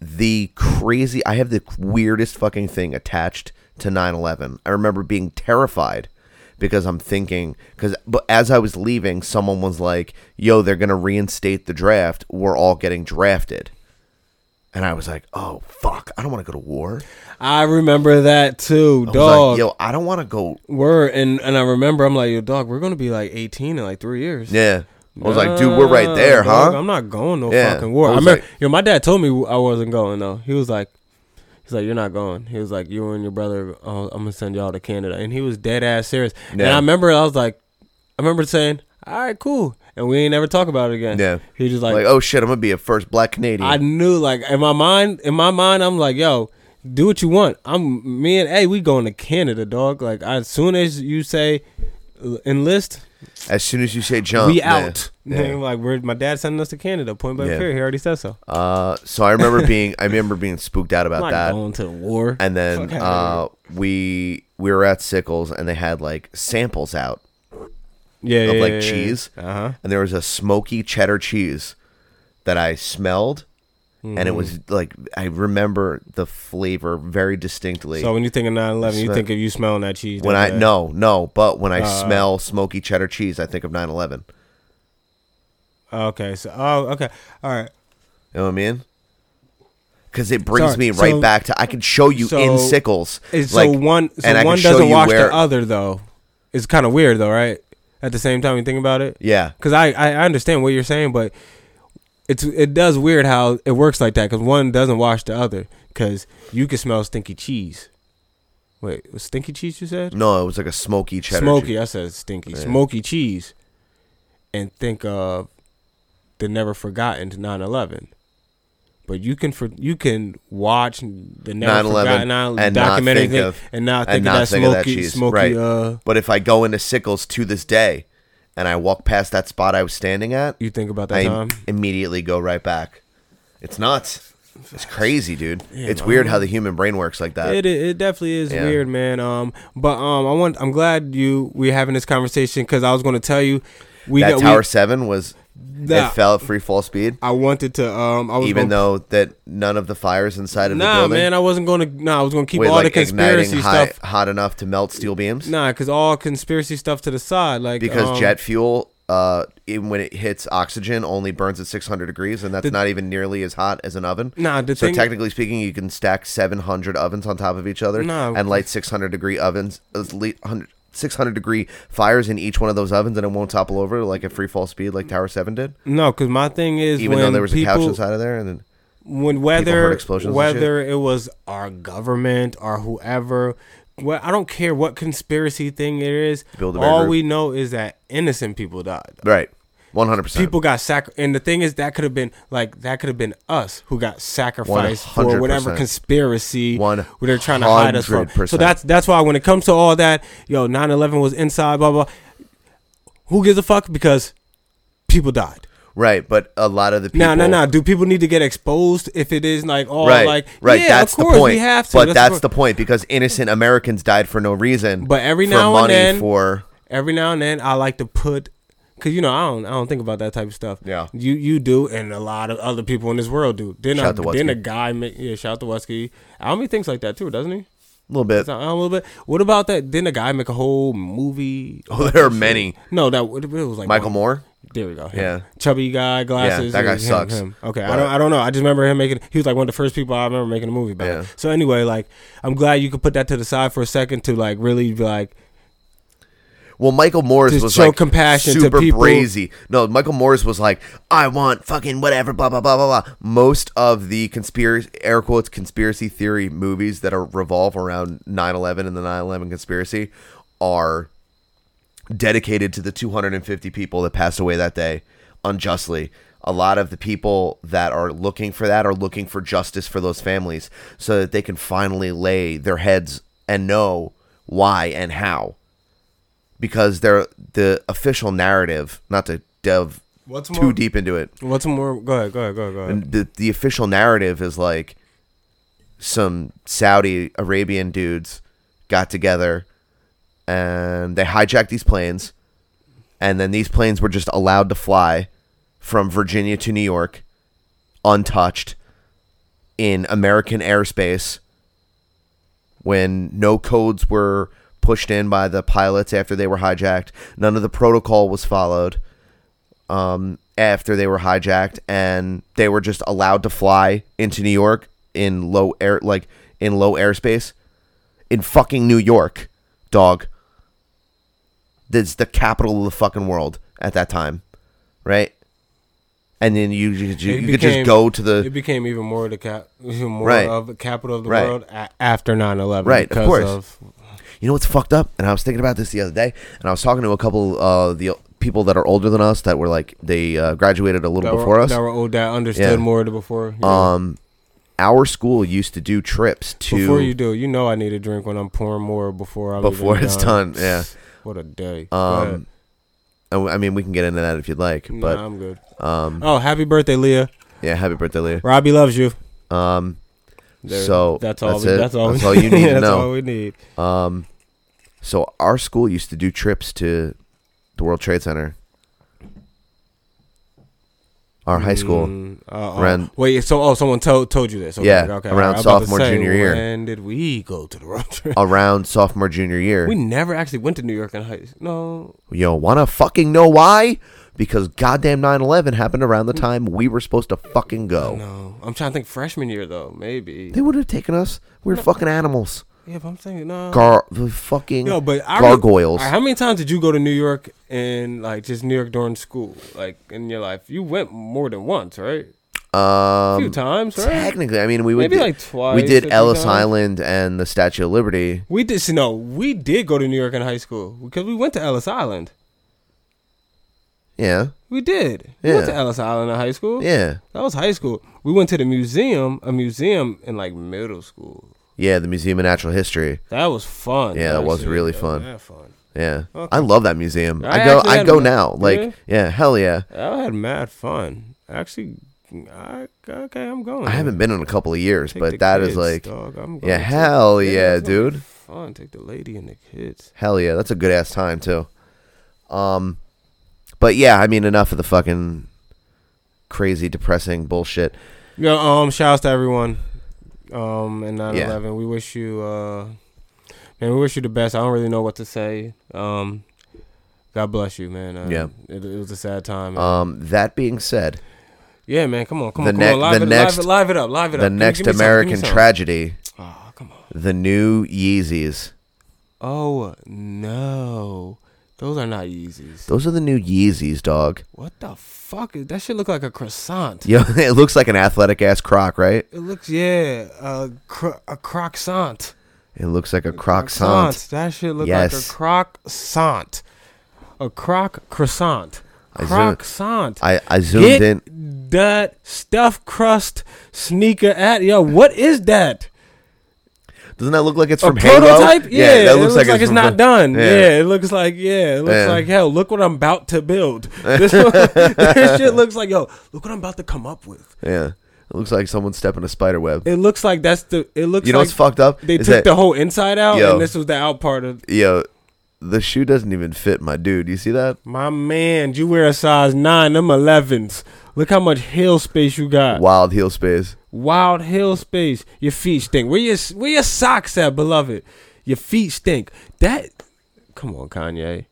S12: the crazy i have the weirdest fucking thing attached to 9-11 i remember being terrified because i'm thinking because but as i was leaving someone was like yo they're gonna reinstate the draft we're all getting drafted and i was like oh fuck i don't want to go to war
S9: I remember that too,
S12: I
S9: dog.
S12: was like yo i don't want to go
S9: We're and and I remember I'm like, yo, dog, we're gonna be like 18 in like three years.
S12: yeah I was like, dude, we're right there,
S9: Nah, Uh, dog,
S12: huh?
S9: I'm not going no
S12: Yeah.
S9: fucking war.
S12: I
S9: I
S12: was
S9: remember,
S12: like-
S9: yo, my dad told me I wasn't going though. He was like, he's like, you're not going. He was like, you and your brother, oh, I'm gonna send y'all to Canada, and he was dead ass serious. And
S12: Yeah.
S9: I remember, I was like, I remember saying, all right, cool, and we ain't never talk about it again.
S12: Yeah.
S9: he just
S12: Like,
S9: like,
S12: oh shit, I'm gonna be a first black Canadian.
S9: I knew, like in my mind, in my mind, I'm like, yo, do what you want. I'm me and A, we going to Canada, dog. Like as soon as you say enlist,
S12: as soon as you say jump,
S9: we
S12: yeah.
S9: out. [laughs]
S12: Yeah.
S9: like we're, my dad sending us to Canada. Point blank
S12: Yeah.
S9: period. He already said so.
S12: Uh, so I
S9: [laughs]
S12: remember being, I remember being spooked out about
S9: I'm not
S12: that.
S9: going to war.
S12: and then
S9: Fuck outta
S12: uh, we we were at Sickles and they had like samples out
S9: yeah,
S12: of
S9: yeah,
S12: like
S9: yeah, yeah.
S12: cheese,
S9: Uh-huh.
S12: and there was a smoky cheddar cheese that I smelled, and it
S9: Hmm.
S12: was like I remember the flavor very distinctly.
S9: So when you think of 9/11, you
S12: Smell-
S9: think of you smelling that cheese.
S12: when I
S9: that bad.
S12: no no, but when I
S9: Uh-huh.
S12: smell smoky cheddar cheese, I think of 9/11. You
S9: Okay. So oh, okay. All right.
S12: know what I mean? Because it brings
S9: Sorry,
S12: me right
S9: so-
S12: back to I can show you
S9: so-
S12: in Sickles,
S9: It's so one so
S12: and I can
S9: one
S12: show
S9: doesn't
S12: you
S9: wash
S12: where-
S9: the other though. It's kind of weird though, right? At the same time, you think about it.
S12: Yeah,
S9: because I, I I understand what you're saying, but it's it does weird how it works like that because one doesn't wash the other because you can smell stinky cheese. Wait, was stinky cheese you said?
S12: no, it was like a smoky cheddar.
S9: smoky.
S12: cheese.
S9: I said stinky. Smoky cheese, and think of the never forgotten 9/11. But you can for you can watch the never
S12: 9/11
S9: forgotten 9/11
S12: and not
S9: documentary
S12: think
S9: thing
S12: of-
S9: and not
S12: and
S9: think
S12: not
S9: of that
S12: think
S9: smoky
S12: of that cheese,
S9: smoky
S12: right.
S9: uh.
S12: But if I go into Sickles to this day and I walk past that spot I was standing at,
S9: You think about that
S12: I
S9: time?
S12: immediately go right back. It's nuts. It's crazy, dude. it's weird how the human brain works like that.
S9: It i- it definitely is
S12: Yeah.
S9: weird, man. Um, but um, I want I'm glad you we having this conversation because I was going to tell you we
S12: that
S9: got
S12: Tower
S9: we,
S12: Seven was
S9: Nah.
S12: it fell at free fall speed,
S9: I wanted to um I was
S12: even
S9: gonna-
S12: though that none of the fires inside of the
S9: nah
S12: building
S9: man I wasn't going to nah I was going to keep
S12: were
S9: all
S12: like
S9: the conspiracy
S12: igniting high,
S9: stuff
S12: hot enough to melt steel beams
S9: nah because all conspiracy stuff to the side like
S12: because
S9: um,
S12: jet fuel. Uh, even when it hits oxygen, only burns at 600 degrees, and that's not even nearly as hot as an oven.
S9: Nah, the
S12: so
S9: thing-
S12: technically speaking, you can stack 700 ovens on top of each other
S9: Nah.
S12: and light 600 degree ovens, uh, le- 100 600 degree fires in each one of those ovens, and it won't topple over like at free fall speed, like Tower Seven did.
S9: no because my thing is
S12: Even
S9: when
S12: though there was
S9: people,
S12: a couch inside of there, and then
S9: when whether
S12: heard explosions and
S9: whether it was our government or whoever well, I don't care what conspiracy thing it is.
S12: Build-A-Bear
S9: All
S12: Group.
S9: we know is that innocent people died.
S12: right, 100 percent.
S9: people got sac and the thing is that could have been like that could have been us who got sacrificed for whatever
S12: 100%.
S9: conspiracy
S12: One
S9: where they're trying to hide us from.
S12: 100%.
S9: So that's that's why when it comes to all that, yo, 9-11 was inside, blah blah. Who gives a fuck? Because people died.
S12: right, but a lot of the people.
S9: No, no, no. Do people need to get exposed if it is like all
S12: Right,
S9: like
S12: right.
S9: Yeah,
S12: that's
S9: of course
S12: the point.
S9: we have to.
S12: But that's
S9: what-
S12: the point because innocent Americans died for no reason.
S9: But every
S12: for
S9: now and
S12: money,
S9: then-
S12: for
S9: every now and then I like to put cuz you know I don't I don't think about that type of stuff.
S12: Yeah.
S9: You you do and a lot of other people in this world do. Then
S12: Shout
S9: a,
S12: to
S9: then
S12: Wutzke.
S9: a guy ma- yeah shout to Wesky. Almy thinks like that too, doesn't he?
S12: a little bit.
S9: So, um, a little bit. What about that? Didn't a guy make a whole movie?
S12: [laughs] Oh, there are many.
S9: No, that it was like
S12: Michael
S9: one-
S12: Moore.
S9: There we go. him.
S12: Yeah.
S9: chubby guy, glasses.
S12: that guy
S9: it was him,
S12: sucks.
S9: him. Okay, I
S12: But-
S9: don't. I don't know. I just remember him making. He was like one of the first people I remember making a movie about.
S12: Yeah.
S9: So anyway, like I'm glad you could put that to the side for a second to like really be like
S12: Well, Michael Morris
S9: To
S12: was
S9: show
S12: like
S9: compassion to
S12: super
S9: people.
S12: brazy. No, Michael Morris was like, I want fucking whatever, blah blah blah blah blah. Most of the conspiracy, air quotes, conspiracy theory movies that are revolve around 9/11 and the 9/11 conspiracy are dedicated to the 250 people that passed away that day unjustly. A lot of the people that are looking for that are looking for justice for those families so that they can finally lay their heads and know why and how. Because they're the official narrative, not to delve
S9: What's
S12: too
S9: more-
S12: deep into it.
S9: what's more. Go ahead. Go ahead. Go ahead. Go ahead.
S12: And the the official narrative is like some Saudi Arabian dudes got together and they hijacked these planes and then these planes were just allowed to fly from Virginia to New York untouched in American airspace when no codes were pushed in by the pilots after they were hijacked none of the protocol was followed um, after they were hijacked and they were just allowed to fly into New York in low air like in low airspace in fucking New York, dog. That's the capital of the fucking world at that time. right? And then you you, you,
S9: It
S12: you could just
S9: became-
S12: go to
S9: It
S12: the
S9: became even more the cap, [laughs] even more
S12: Right.
S9: of the capital of the
S12: Right.
S9: world a- after 9-11.
S12: Right, of
S9: because
S12: course.
S9: Of,
S12: you know what's fucked up and i was thinking about this the other day and i was talking to a couple uh the people that are older than us that were like they uh, graduated a little
S9: that
S12: before
S9: were,
S12: us
S9: that were old, that understood
S12: Yeah.
S9: more than before. you know.
S12: um our school used to do trips to
S9: before you do, you know I need a drink when I'm pouring more before I'm even
S12: before it's done yeah
S9: [sighs] What a day. Go ahead.
S12: um I I mean, we can get into that if you'd like,
S9: Nah,
S12: but
S9: I'm good.
S12: um,
S9: Oh, happy birthday, Leah.
S12: yeah, happy birthday, Leah.
S9: Robbie loves you.
S12: Um,
S9: There-
S12: so
S9: that's all.
S12: That's,
S9: we,
S12: it.
S9: that's all.
S12: That's
S9: we-
S12: all
S9: [laughs]
S12: you need to
S9: that's
S12: know.
S9: all we need.
S12: Um, so our school used to do trips to the World Trade Center. Our high school.
S9: Mm, uh, uh,
S12: Around-
S9: wait, so oh, someone told told you this? Okay,
S12: Yeah,
S9: okay.
S12: around
S9: I was about to
S12: sophomore,
S9: say,
S12: junior year.
S9: When did we go to the road trip?
S12: Around sophomore junior year,
S9: We never actually went to New York in high. No,
S12: yo, wanna fucking know why? Because goddamn 9/11 happened around the
S9: Mm.
S12: time we were supposed to fucking go.
S9: no. I'm trying to think freshman year though. Maybe.
S12: They would have taken us. We were fucking animals.
S9: Yeah, but I'm thinking no.
S12: Gar, the fucking
S9: Uh-huh. no, but I re-
S12: gargoyles.
S9: Alright, how many times did you go to New York and like just New York during school, like in your life? You went more than once, right?
S12: um,
S9: A few times, right?
S12: Technically, I mean, we would
S9: Maybe
S12: di-
S9: like
S12: We
S9: twice
S12: did
S9: if
S12: Ellis
S9: you go.
S12: Island and the Statue of Liberty.
S9: we did. see, No, we did go to New York in high school because we went to Ellis Island.
S12: Yeah,
S9: We did. We went
S12: Yeah.
S9: to Ellis Island in high school.
S12: yeah,
S9: That was high school. We went to the museum, a museum in like middle school.
S12: yeah. The Museum of Natural History.
S9: That was fun.
S12: Yeah, that was
S9: actually.
S12: really
S9: That-
S12: fun.
S9: that fun.
S12: Yeah,
S9: Okay.
S12: I love that museum.
S9: I
S12: I, go,
S9: actually
S12: I
S9: had
S12: go
S9: a-
S12: now. Like,
S9: Yeah?
S12: yeah? hell yeah.
S9: I had mad fun. Actually, I, okay, I'm going.
S12: I haven't been in a couple of years,
S9: Take the
S12: but that is
S9: kids,
S12: like,
S9: dog. I'm
S12: yeah,
S9: going to-
S12: hell yeah,
S9: it's gonna be
S12: dude.
S9: Fun. Take the lady and the kids.
S12: hell yeah, that's a good ass time too. Um, but yeah, I mean, enough of the fucking crazy, depressing bullshit.
S9: Yeah. Um. Shouts to everyone. Um. And 9/11.
S12: Yeah.
S9: We wish you. Uh. Man, we wish you the best. I don't really know what to say. Um. God bless you, man. Uh,
S12: Yeah.
S9: It, it was a sad time. man.
S12: Um, that being said,
S9: yeah, man. Come on. Come
S12: the
S9: on. Come
S12: next-
S9: on. Live
S12: the
S9: it,
S12: next-
S9: live it. Live it up. Live it up.
S12: the
S9: Give me-
S12: next
S9: give me something, give me
S12: American
S9: something.
S12: tragedy,
S9: Oh, come on.
S12: the new Yeezys.
S9: Oh no. Those are not Yeezys.
S12: Those are the new Yeezys, dog. [laughs]
S9: What the fuck is that? Shit look like a croissant.
S12: Yo, it looks like an athletic ass croc, right?
S9: It looks yeah, a cro- a croissant.
S12: It looks like a croissant.
S9: That shit look
S12: Yes.
S9: like a croissant. A croc croissant.
S12: I zoom-
S9: Croissant.
S12: I, I zoomed
S9: Get
S12: in.
S9: that stuffed crust sneaker at yo. What is that?
S12: Doesn't that look like it's
S9: A
S12: from Halo?
S9: prototype? Yeah,
S12: that
S9: it looks like, it's
S12: from-
S9: not done. Yeah.
S12: yeah.
S9: it looks like yeah, it looks
S12: Yeah.
S9: like hell. Look what I'm about to build.
S12: [laughs]
S9: This, [laughs] look- this shit looks like yo. Look what I'm about to come up with.
S12: Yeah. It looks like someone stepping a spider web.
S9: It looks like that's the. It looks.
S12: You know
S9: like
S12: what's fucked up?
S9: They
S12: Is
S9: took
S12: that-
S9: the whole inside out,
S12: Yo.
S9: and this was the out part of
S12: Yo, the shoe doesn't even fit my dude. You see that?
S9: My man, you wear a size nine, them elevens. Look how much heel space you got.
S12: Wild heel space.
S9: Wild heel space. Your feet stink. Where your where your socks at, beloved? Your feet stink. That come on, Kanye.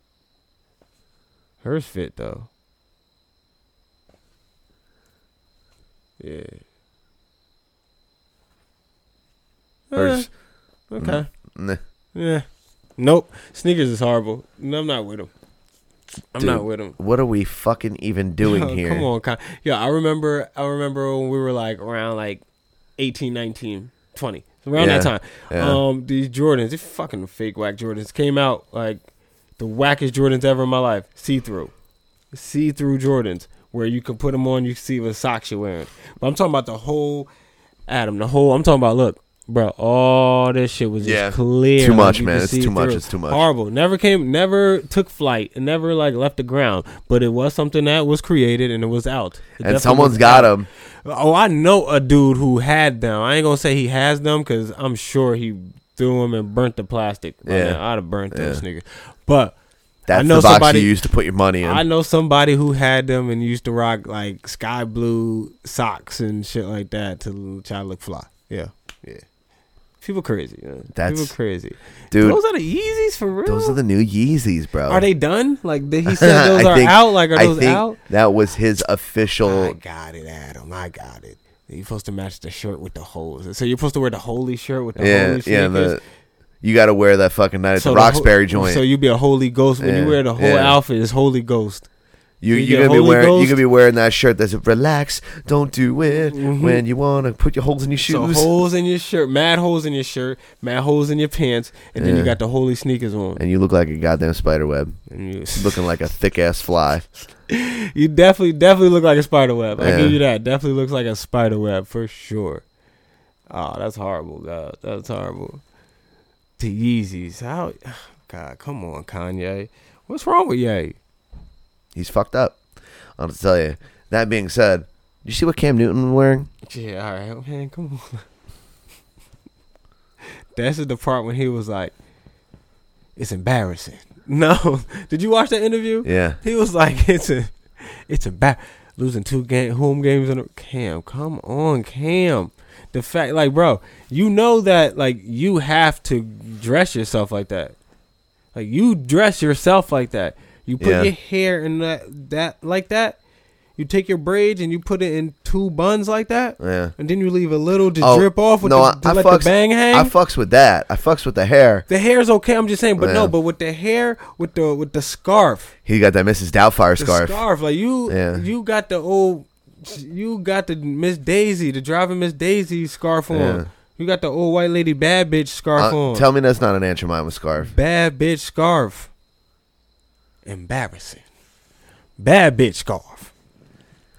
S9: Hers fit though. Yeah. uh,
S12: Hers-
S9: Eh, okay.
S12: Mm. Nah.
S9: Yeah. Nope. Sneakers is horrible. No, I'm not with them. I'm
S12: Dude,
S9: not with them.
S12: What are we fucking even doing
S9: [laughs] Yo,
S12: here?
S9: Come on, Con- yeah. I remember. I remember when we were like around like 18, 19, 20, so around that
S12: Yeah,
S9: time.
S12: yeah.
S9: Um, these Jordans, these fucking fake whack Jordans, came out like the wackest Jordans ever in my life. See through, see through Jordans, where you can put them on, you see what socks you're wearing. But I'm talking about the whole Adam, the whole. I'm talking about look. Bro, all this shit was just
S12: Yeah.
S9: clear.
S12: Too
S9: like,
S12: much,
S9: you
S12: man.
S9: could
S12: It's
S9: see
S12: too much.
S9: through.
S12: It's too much.
S9: Horrible. Never came. Never took flight. It never like left the ground. But it was something that was created and it was out. It definitely
S12: And someone's
S9: was
S12: got
S9: out.
S12: him.
S9: Oh, I know a dude who had them. I ain't gonna say he has them because I'm sure he threw them and burnt the plastic. Yeah,
S12: Yeah.
S9: I'd have burnt those
S12: Yeah.
S9: niggas. But I
S12: That's
S9: know
S12: the box
S9: somebody-
S12: you used to put your money in.
S9: I know somebody who had them and used to rock like sky blue socks and shit like that to try to look fly. Yeah, yeah. People crazy. Yeah.
S12: That's-
S9: People crazy.
S12: Dude.
S9: those are the Yeezys for real.
S12: Those are the new Yeezys, bro. [laughs]
S9: Are they done? Like did he said, those are out. Like are
S12: I
S9: those
S12: think
S9: out?
S12: That was his official.
S9: Oh, I got it, Adam. I got it. You're supposed to match the shirt with the holes. So you're supposed to wear the holy shirt with the
S12: yeah,
S9: holy sneakers.
S12: yeah. The, you got to wear that fucking night at
S9: So
S12: the
S9: the ho-
S12: Roxbury joint.
S9: So you be a holy ghost when
S12: Yeah,
S9: you wear the whole
S12: yeah.
S9: outfit. It's holy ghost.
S12: You,
S9: You
S12: you
S9: get
S12: gonna be
S9: Holy
S12: wearing you
S9: Ghost?
S12: gonna be wearing that shirt that's relax, don't do it when you wanna put your holes in your
S9: Mm-hmm. So
S12: shoes.
S9: holes in your shirt, mad holes in your shirt, mad holes in your pants, and then you
S12: Yeah.
S9: got the holy sneakers on.
S12: and you look like a goddamn spider web,
S9: And you,
S12: looking like a thick ass fly.
S9: you definitely definitely look like a spider web. I
S12: Yeah.
S9: give you that. Definitely looks like a spider web for sure. Oh, that's horrible, God. That's horrible. The Yeezys. How [sighs] God, come on, Kanye. What's wrong with Ye?
S12: He's fucked up. I'll just tell you. That being said, you see what Cam Newton was wearing?
S9: Yeah, all right, man, come on. [laughs] That's the part when he was like, "It's embarrassing." [laughs] No, did you watch that interview?
S12: Yeah.
S9: he was like, [laughs] "It's a, it's a bad losing two game home games in a Cam. Come on, Cam. The fact, like, bro, you know that, like, you have to dress yourself like that. Like, you dress yourself like that. You put
S12: Yeah.
S9: your hair in that that like that." You take your braids and you put it in two buns like that,
S12: Yeah. Oh,
S9: and then you leave a little to drip off with the, to let the bang hang.
S12: I fucks with that. I fucks with the hair.
S9: the hair's okay, I'm just saying, but
S12: Yeah.
S9: no, but with the hair, with the with the scarf,
S12: He got that Mrs. Doubtfire
S9: the
S12: scarf.
S9: scarf, like you,
S12: Yeah.
S9: you got the old, you got the Miss Daisy, the driving Miss Daisy scarf on.
S12: Yeah.
S9: You got the old white lady bad bitch scarf
S12: Uh,
S9: on.
S12: tell me that's not an Aunt Jemima scarf.
S9: bad bitch scarf. Embarrassing. Bad bitch scarf.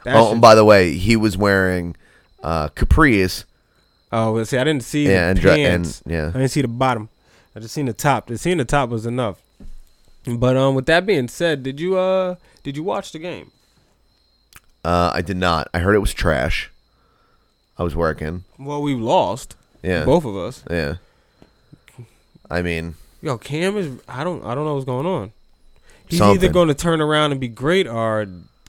S9: That
S12: Oh,
S9: shit-
S12: and by the way, he was wearing uh, capris.
S9: Oh, well, see, I didn't see
S12: Yeah,
S9: the
S12: and dra-
S9: pants.
S12: and- yeah.
S9: I didn't see the bottom. I just seen the top. The seeing the top was enough. But um, with that being said, did you uh did you watch the game?
S12: Uh, I did not. I heard it was trash. I was working.
S9: Well, we lost.
S12: Yeah.
S9: Both of us.
S12: Yeah. I mean,
S9: Yo, Cam is. I don't. I don't know what's going on. He's either
S12: Something.
S9: going to turn around and be great, or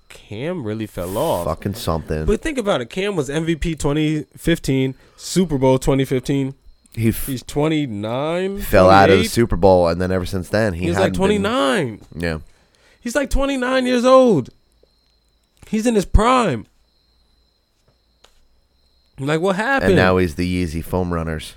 S9: Cam really fell off.
S12: fucking something.
S9: But think about it. Cam was MVP 2015, Super Bowl 2015.
S12: he f-
S9: He's 29.
S12: fell out of the
S9: 28.
S12: Super Bowl, and then ever since then, he
S9: He's
S12: hadn't
S9: like
S12: been-
S9: 29.
S12: yeah.
S9: He's like 29 years old. He's in his prime. Like what happened?
S12: And now he's the Yeezy foam runners.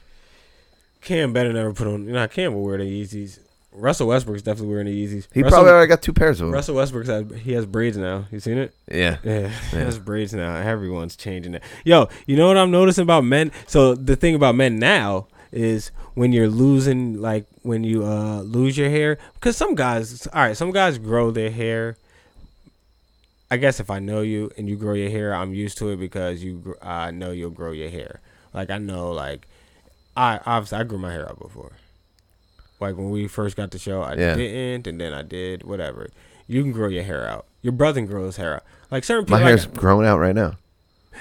S9: Cam better never put on. You know, Cam will wear the Yeezys. Russell Westbrook's definitely wearing the Yeezys.
S12: He
S9: Russell,
S12: probably already got two pairs of them.
S9: Russell Westbrook's has, he has braids now. You seen it?
S12: Oh.
S9: [laughs]
S12: Yeah.
S9: Yeah, has braids now. Everyone's changing it. Yo, you know what I'm noticing about men? So the thing about men now is when you're losing, like when you uh lose your hair, because some guys, all right, some guys grow their hair. I guess if I know you and you grow your hair, I'm used to it because you, gr- I know you'll grow your hair. Like I know, like I obviously I grew my hair out before. Like when we first got the show, I
S12: Yeah.
S9: didn't, and then I did. Whatever. You can grow your hair out. Your brother can grow his hair out. Like certain people,
S12: My hair's
S9: like,
S12: growing out right now.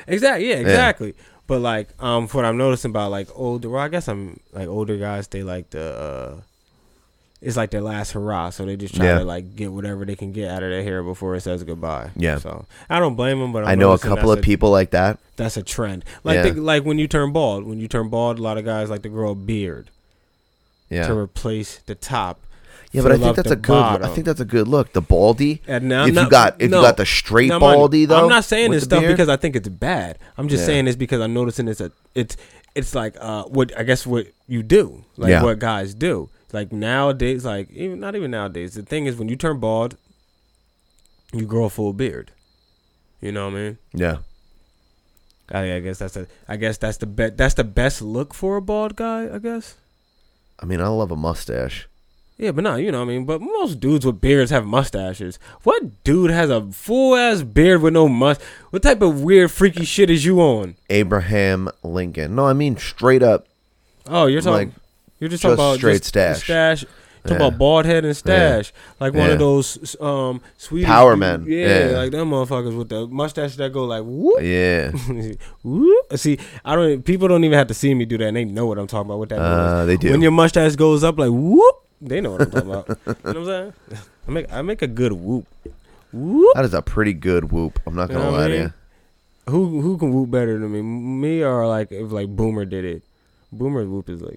S9: exactly, yeah, exactly. But like, um, for what I'm noticing about like older, well, I guess I'm like older guys. They like the, uh it's like their last hurrah, so they just try
S12: Yeah.
S9: to like get whatever they can get out of their hair before it says goodbye.
S12: Yeah.
S9: So I don't blame them, but I'm
S12: I know a
S9: noticing
S12: couple
S9: that's
S12: of people like that.
S9: That's a trend. Like
S12: Yeah.
S9: the, like when you turn bald, when you turn bald, a lot of guys like to grow a beard to
S12: Yeah.
S9: replace the top.
S12: Yeah, but I
S9: fill
S12: think
S9: up
S12: that's
S9: the
S12: a good. I
S9: bottom.
S12: think that's a good look. The baldy.
S9: And now,
S12: if
S9: no,
S12: you got if
S9: no.
S12: you got the straight
S9: No, mind you,
S12: baldy though.
S9: I'm not saying
S12: with
S9: this
S12: the
S9: stuff
S12: beard,
S9: because I think it's bad. I'm just
S12: Yeah.
S9: saying this because I'm noticing it's a it's it's like uh what I guess what you do like
S12: Yeah.
S9: what guys do like nowadays like even not even nowadays the thing is when you turn bald you grow a full beard. You know what I mean?
S12: yeah.
S9: I, I guess that's the I guess that's the bet that's the best look for a bald guy. I guess.
S12: I mean, I love a mustache.
S9: Yeah, but no, you know what I mean. But most dudes with beards have mustaches. What dude has a full ass beard with no must? What type of weird freaky shit is you on?
S12: Abraham Lincoln. No, I mean straight up.
S9: Oh, you're
S12: Like,
S9: talking. you're just
S12: just
S9: talking about
S12: straight
S9: just
S12: stash.
S9: Stash. Talking
S12: Yeah.
S9: about bald head and stash, like one
S12: Yeah.
S9: of those um Swedish
S12: Power
S9: dude-
S12: men.
S9: Yeah,
S12: Yeah.
S9: like them motherfuckers with the mustache that go like whoop, [laughs]
S12: Yeah.
S9: whoop. See, I don't. People don't even have to see me do that. and They know what I'm talking about. What that
S12: Uh,
S9: is.
S12: they do.
S9: When your mustache goes up like whoop, they know what I'm talking about. you know what I'm saying? [laughs] I make I make a good whoop. Whoop.
S12: That is a pretty good whoop. I'm not
S9: You know
S12: gonna
S9: what I
S12: lie to
S9: mean?
S12: you.
S9: Who who can whoop better than me? Me or like if like Boomer did it. Boomer's whoop is like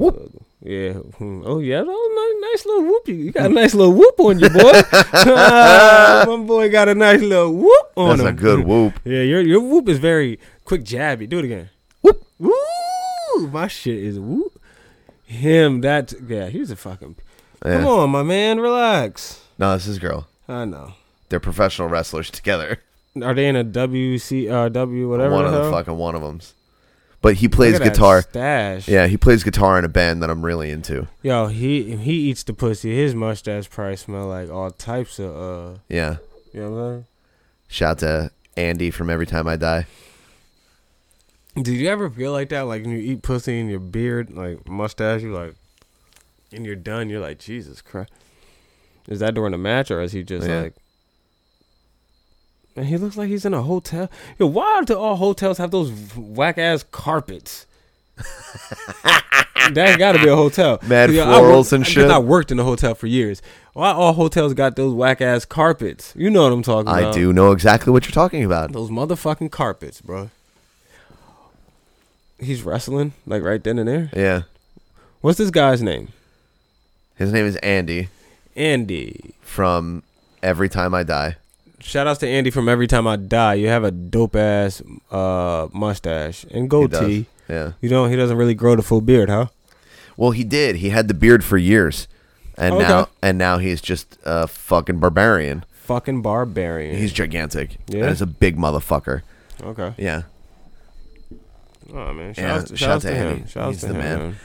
S9: yeah. Oh yeah, oh nice, nice little whoop. You, you got a nice little whoop on you,
S12: [laughs]
S9: boy. [laughs] Ah, My boy got a nice little whoop on
S12: That's
S9: him.
S12: a
S9: [laughs]
S12: good whoop.
S9: Yeah, your your whoop is very quick jabby. Do it again. Whoop. Woo! My shit is whoop. Him that yeah, he's a fucking
S12: Yeah.
S9: Come on, my man, relax.
S12: No, this is girl.
S9: I know.
S12: They're professional wrestlers together.
S9: Are they in a WC uh, W whatever?
S12: one
S9: the
S12: of the
S9: hell?
S12: fucking one of them's. But he
S9: Look
S12: plays
S9: at that
S12: guitar.
S9: Stash.
S12: Yeah, he plays guitar in a band that I'm really into.
S9: Yo, he he eats the pussy. His mustache probably smell like all types of uh.
S12: Yeah.
S9: You know what I'm
S12: Shout to Andy from Every Time I Die.
S9: saying? Did you ever feel like that? Like when you eat pussy in your beard, like mustache, you like, and you're done. You're like Jesus Christ. Is that during the match or is he just
S12: Yeah.
S9: like? Man, he looks like he's in a hotel. Yo, why do all hotels have those whack ass
S12: [laughs]
S9: carpets? that gotta be a hotel.
S12: Mad
S9: Yo, I
S12: florals
S9: worked-
S12: and
S9: 'cause
S12: shit.
S9: I worked in a hotel for years. Why all hotels got those whack ass carpets? You know what I'm talking about.
S12: I do know exactly what you're talking about.
S9: Those motherfucking carpets, bro. He's wrestling like right then and there.
S12: Yeah.
S9: What's this guy's name?
S12: His name is Andy
S9: Andy.
S12: from Every Time I Die.
S9: Shout outs to Andy from Every Time I Die. You have a dope ass uh, mustache and
S12: He does.
S9: goatee.
S12: Yeah.
S9: You don't. He doesn't really grow the full beard, huh?
S12: Well, he did. He had the beard for years. And
S9: Okay.
S12: now and now he's just a fucking barbarian.
S9: Fucking barbarian.
S12: He's gigantic.
S9: Yeah?
S12: That is a big motherfucker.
S9: okay.
S12: Yeah.
S9: Oh man. Shout
S12: Yeah,
S9: outs to, shout
S12: shout
S9: outs
S12: to
S9: to him.
S12: Andy.
S9: Shout outs
S12: He's
S9: to
S12: the
S9: him.
S12: man.
S9: man.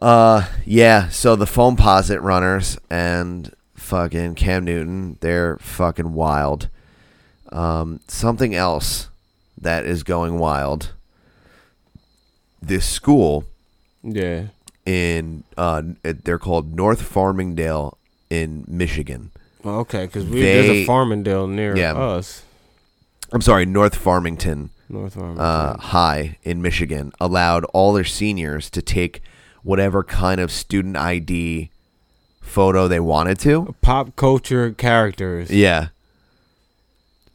S12: Uh, yeah. So the foam posit runners and fucking Cam Newton, they're fucking wild. Um, something else that is going wild. This school
S9: Yeah.
S12: in uh, it- they're called North Farmingdale in Michigan.
S9: Well, okay, because we there's a
S12: They-
S9: Farmingdale near
S12: Yeah.
S9: us,
S12: I'm sorry, North Farmington
S9: North Farmingdale.
S12: uh, High in Michigan allowed all their seniors to take whatever kind of student ID photo they wanted to.
S9: Pop culture characters.
S12: Yeah.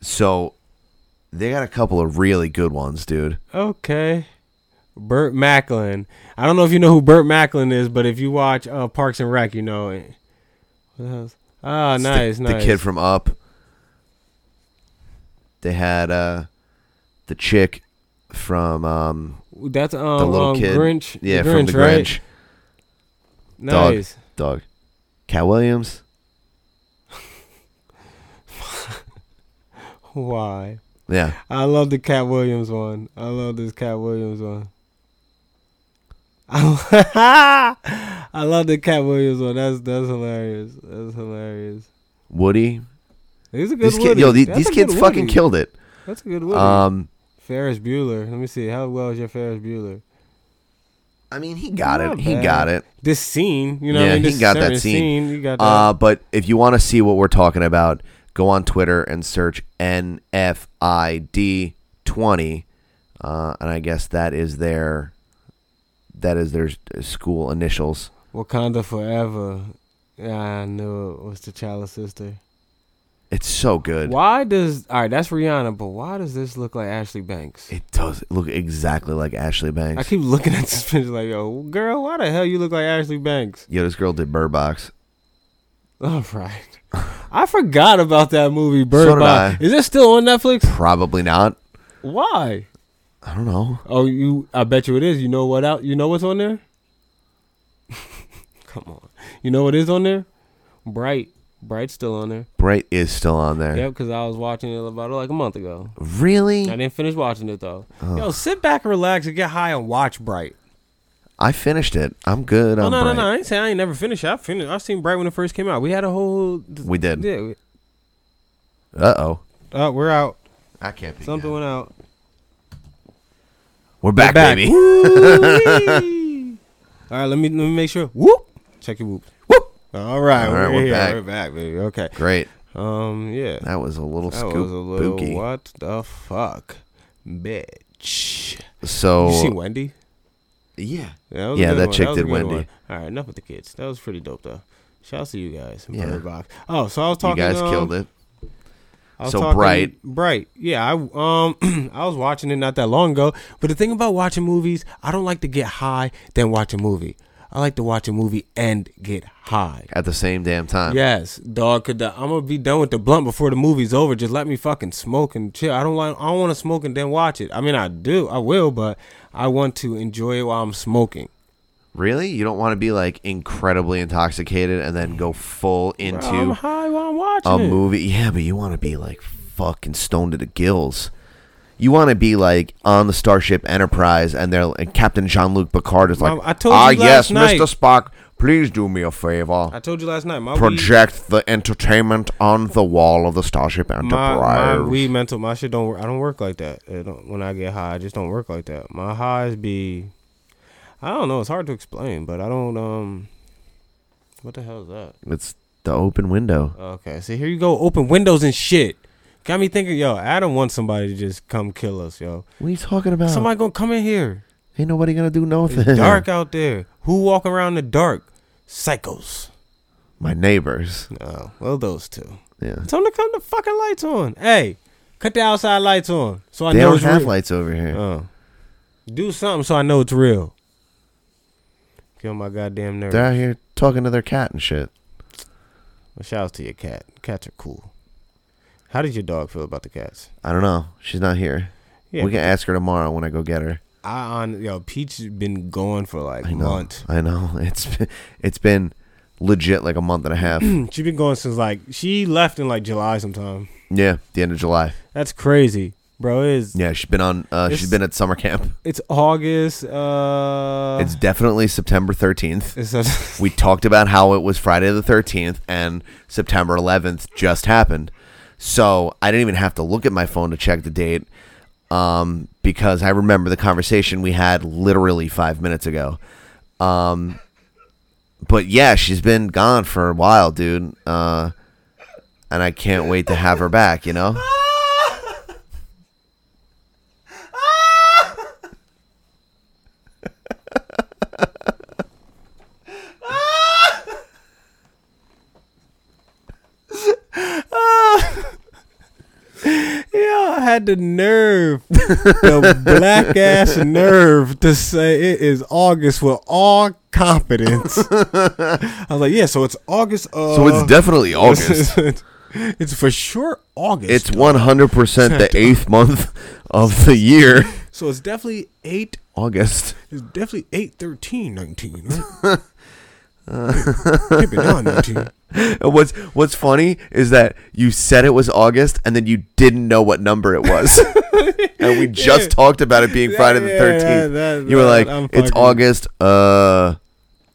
S12: So they got a couple of really good ones, dude.
S9: Okay. Burt Macklin. I don't know if you know who Burt Macklin is, but if you watch uh, Parks and Rec, you know it. What else? Ah,
S12: It's the-
S9: nice,
S12: the,
S9: nice.
S12: kid from Up. They had uh the chick from um
S9: that's um,
S12: the little
S9: um,
S12: kid.
S9: Grinch.
S12: Yeah,
S9: the Grinch,
S12: from the
S9: right?
S12: Grinch. Dog.
S9: Nice.
S12: Dog. Cat Williams.
S9: Why?
S12: Yeah.
S9: I love the Cat Williams one. I love this Cat Williams one. [laughs] I love the Cat Williams one. That's that's hilarious. That's hilarious.
S12: Woody.
S9: He's a good
S12: These kid,
S9: Woody.
S12: yo, these,
S9: That's
S12: these
S9: a good
S12: kids fucking
S9: Woody.
S12: killed it.
S9: That's a good Woody.
S12: Um
S9: Ferris Bueller. Let me see. How well is your Ferris Bueller?
S12: I mean he got
S9: Not
S12: it. He
S9: bad.
S12: got it.
S9: This scene, you know, what
S12: Yeah,
S9: I mean,
S12: he
S9: this
S12: got that
S9: certain
S12: scene.
S9: You got that.
S12: Uh, but if you want to see what we're talking about, go on Twitter and search NFID20, uh, and I guess that is their that is their school initials.
S9: Wakanda forever. Yeah, I knew it was T'Challa's sister.
S12: It's so good.
S9: Why does all right? That's Rihanna, but why does this look like Ashley
S12: [laughs]
S9: Banks?
S12: It does look exactly like Ashley
S9: I
S12: Banks.
S9: keep looking at this [laughs] picture like, yo, girl, why the hell you look like Ashley Banks? [laughs]
S12: Yo, this girl did Bird Box.
S9: All
S12: [laughs]
S9: right, I forgot about that movie Bird
S12: So did
S9: Box.
S12: I.
S9: Is it still on Netflix?
S12: Probably not.
S9: Why?
S12: I don't know.
S9: Oh, you. I bet you it is. You know what out? You know what's on there? [laughs] Come on. You know what is on there? Bright. Bright's still on there.
S12: Bright is still on there.
S9: Yep, because I was watching it about like a month ago. I
S12: Really?
S9: didn't finish watching it though.
S12: Oh.
S9: Yo, sit back and relax and get high and watch Bright.
S12: I finished it. I'm good.
S9: Oh
S12: on
S9: no, no,
S12: Bright.
S9: no! I ain't saying I ain't never finished. it. I finished. I seen Bright when it first came out. We had a whole.
S12: We did.
S9: Yeah. We,
S12: Uh oh.
S9: uh, we're out.
S12: I can't be.
S9: Something went out.
S12: We're back,
S9: Back.
S12: baby.
S9: Woo-wee. [laughs] All right, let me let me make sure. Whoop. Check your whoop. Whoop. All right,
S12: All
S9: we're,
S12: right, we're
S9: here.
S12: back.
S9: We're back, baby. Okay.
S12: Great.
S9: Um. Yeah.
S12: That was a little
S9: That
S12: spooky.
S9: was a little what the fuck, bitch.
S12: So
S9: You seen Wendy?
S12: yeah,
S9: Yeah, was a
S12: Yeah,
S9: good
S12: that
S9: one.
S12: chick
S9: was a
S12: did
S9: good
S12: Wendy.
S9: one. All right, enough with the kids. That was pretty dope though. Shout out to you guys.
S12: Yeah.
S9: Bird Box. Oh, so I was
S12: you
S9: talking.
S12: guys
S9: um,
S12: killed it.
S9: I was
S12: So
S9: talking-
S12: Bright.
S9: Bright. Yeah, I um [clears throat] I was watching it not that long ago. But the thing about watching movies, I don't like to get high then watch a movie. I like to watch a movie and get high.
S12: at the same damn time.
S9: Yes, dog. Could the, I'm gonna be done with the blunt before the movie's over. Just let me fucking smoke and chill. I don't like. I don't want to smoke and then watch it. I mean, I do. I will, but I want to enjoy it while I'm smoking.
S12: Really? You don't want to be like incredibly intoxicated and then go full
S9: I'm
S12: into
S9: high while I'm watching
S12: a
S9: it.
S12: movie. Yeah, but you want to be like fucking stoned to the gills. You want to be like on the Starship Enterprise and they're and Captain Jean-Luc Picard is like,
S9: Mom, I told
S12: "Ah,
S9: you
S12: yes,
S9: last night."
S12: Mr. Spock, please do me a favor."
S9: I told you last night. My weed,
S12: project the entertainment on the wall of the Starship
S9: my,
S12: Enterprise.
S9: my weed mental. My shit don't. work. I don't work like that. It don't, when I get high, I just don't work like that. My highs be. I don't know. It's hard to explain, but I don't. Um. What the hell is that?
S12: it's the open window.
S9: Okay, so here you go. Open windows and shit. Got me thinking, yo. Adam wants somebody to just come kill us, yo.
S12: What are you talking about?
S9: Somebody gonna come
S12: [laughs]
S9: in here.
S12: Ain't nobody gonna do nothing.
S9: It's dark out there. Who walk around in the dark? Psychos.
S12: [laughs] My neighbors.
S9: Oh, well, those two.
S12: Yeah.
S9: Tell them to come the fucking lights on. Hey, cut the outside lights on so I
S12: They
S9: know
S12: don't
S9: it's
S12: have
S9: real.
S12: lights over here.
S9: Oh. Do something so I know it's real. Kill my goddamn nerve.
S12: They're out here talking to their cat and shit.
S9: Well, Shouts to your cat. Cats are cool. How did your dog feel about the cats?
S12: I don't know. She's not here.
S9: Yeah,
S12: we can ask her tomorrow when I go get her.
S9: I on yo Peach has been gone for like
S12: I know.
S9: months. [clears throat]
S12: I know. [laughs] It's been, it's been legit like a month and a
S9: [clears throat]
S12: half.
S9: She been going since like she left in like July sometime.
S12: yeah, the end of July.
S9: That's crazy, bro. It is
S12: Yeah, she's been on. Uh, she's
S9: It's-
S12: been at summer camp.
S9: it's August? Uh,
S12: It's definitely September thirteenth.
S9: [laughs] it's a,
S12: We talked about how it was Friday the 13th and September 11th just happened. So I didn't even have to look at my phone to check the date um, because I remember the conversation we had literally five minutes ago. Um, but yeah, she's been gone for a while, dude. Uh, and I can't wait to have her back, you know?
S9: yeah, I had
S12: [laughs]
S9: the nerve, the black ass nerve to say it is August with all
S12: [laughs]
S9: confidence. I was like, yeah, so it's August. Uh,
S12: So it's definitely August.
S9: it's, [laughs] it's for sure August.
S12: It's 100% the eighth month of the year,
S9: so it's definitely eight.
S12: August.
S9: It's definitely eight thirteen nineteen. Right? [laughs] Keep it on, 19.
S12: And what's what's funny is that you said it was August and then you didn't know what number it
S9: [laughs]
S12: was. [laughs] and we just talked about it being Friday the
S9: Yeah,
S12: thirteenth.
S9: that-
S12: you were
S9: that-
S12: like,
S9: I'm
S12: It's
S9: fucking-
S12: August uh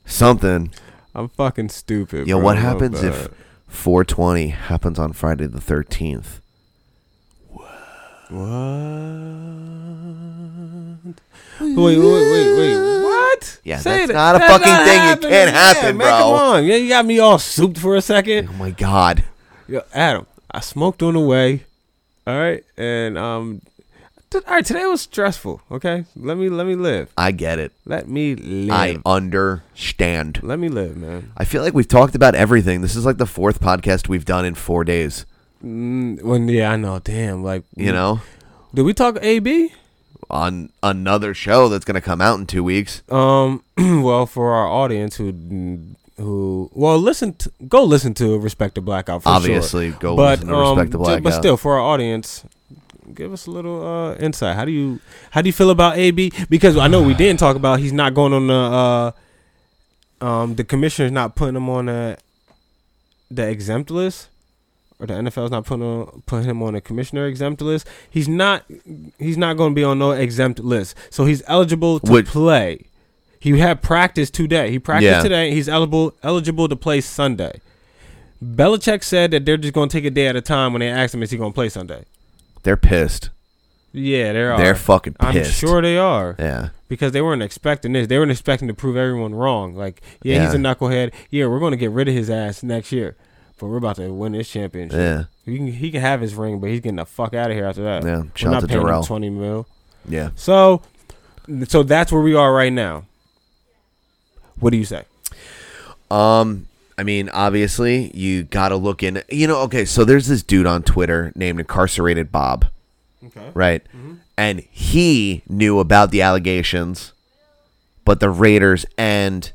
S12: something.
S9: I'm fucking stupid.
S12: Yo,
S9: bro.
S12: what
S9: I'm
S12: happens if
S9: bad.
S12: four twenty happens on Friday the thirteenth?
S9: What? Wait, wait, wait, wait. What?
S12: Yeah,
S9: Say
S12: that's
S9: that-
S12: not a fucking thing. It
S9: happening.
S12: can't
S9: Yeah,
S12: happen,
S9: man,
S12: bro.
S9: Come on. Yeah, you got me all souped for a second.
S12: Oh my god.
S9: Yo, Adam, I smoked on the way. All right, and um, th- all right. Today was stressful. Okay, let me let me live.
S12: I get it.
S9: Let me live.
S12: I understand.
S9: let me live, man.
S12: I feel like we've talked about everything. This is like the fourth podcast we've done in four days.
S9: Mm, when yeah, I know. Damn, like
S12: You know?
S9: Did we talk AB?
S12: On another show that's gonna come out in two weeks.
S9: Um, [clears throat] well, for our audience who who well listen to, go listen to Respect the Blackout for
S12: Obviously,
S9: sure.
S12: go listen to
S9: um,
S12: Respect the
S9: ju- But
S12: Blackout.
S9: still, for our audience, give us a little uh insight. How do you how do you feel about AB? Because I know we didn't talk about he's not going on the uh um the commissioner's not putting him on the the exempt list. Or the NFL's not putting on, putting him on a commissioner exempt list. He's not he's not going to be on no exempt list, so he's eligible to
S12: Would-
S9: play. He had practice today. He practiced
S12: Yeah.
S9: today. He's eligible eligible to play Sunday. Belichick said that they're just going to take a day at a time when they asked him is he going to play Sunday.
S12: They're pissed.
S9: Yeah, they are.
S12: They're fucking
S9: I'm
S12: pissed.
S9: sure they are
S12: Yeah.
S9: because they weren't expecting this. They weren't expecting to prove everyone wrong. Like, yeah, he's a
S12: Yeah.
S9: knucklehead. Yeah, we're going to get rid of his ass next year, but we're about to win this championship.
S12: Yeah.
S9: He can, he can have his ring, but he's getting the fuck out of here after that.
S12: Yeah,
S9: We're
S12: shout
S9: not
S12: to
S9: paying him
S12: Darrell.
S9: twenty mil.
S12: Yeah.
S9: So, so that's where we are right now. What do you say?
S12: Um, I mean, obviously, you got to look in. You know, okay, so there's this dude on Twitter named Incarcerated Bob. Okay. Right.
S9: Mm-hmm.
S12: And he knew about the allegations, but the Raiders and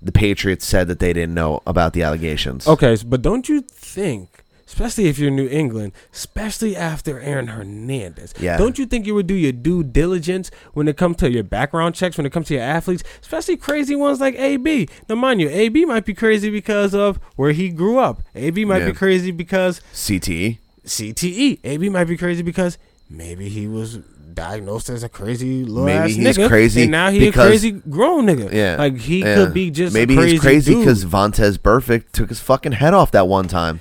S12: the Patriots said that they didn't know about the allegations.
S9: Okay, s- but don't you think especially if you're New England, especially after Aaron Hernandez.
S12: Yeah.
S9: Don't you think you would do your due diligence when it comes to your background checks, when it comes to your athletes, especially crazy ones like AB? Now, mind you, AB might be crazy because of where he grew up. AB might
S12: Yeah.
S9: be crazy because
S12: CTE.
S9: CTE. AB might be crazy because maybe he was diagnosed as a crazy little
S12: Maybe
S9: ass
S12: he's
S9: nigga,
S12: crazy
S9: and now he
S12: because-
S9: a crazy grown nigga.
S12: Yeah,
S9: like he
S12: yeah.
S9: could be just
S12: maybe
S9: a crazy
S12: he's crazy
S9: dude.
S12: because Vontez Burfict took his fucking head off that one time.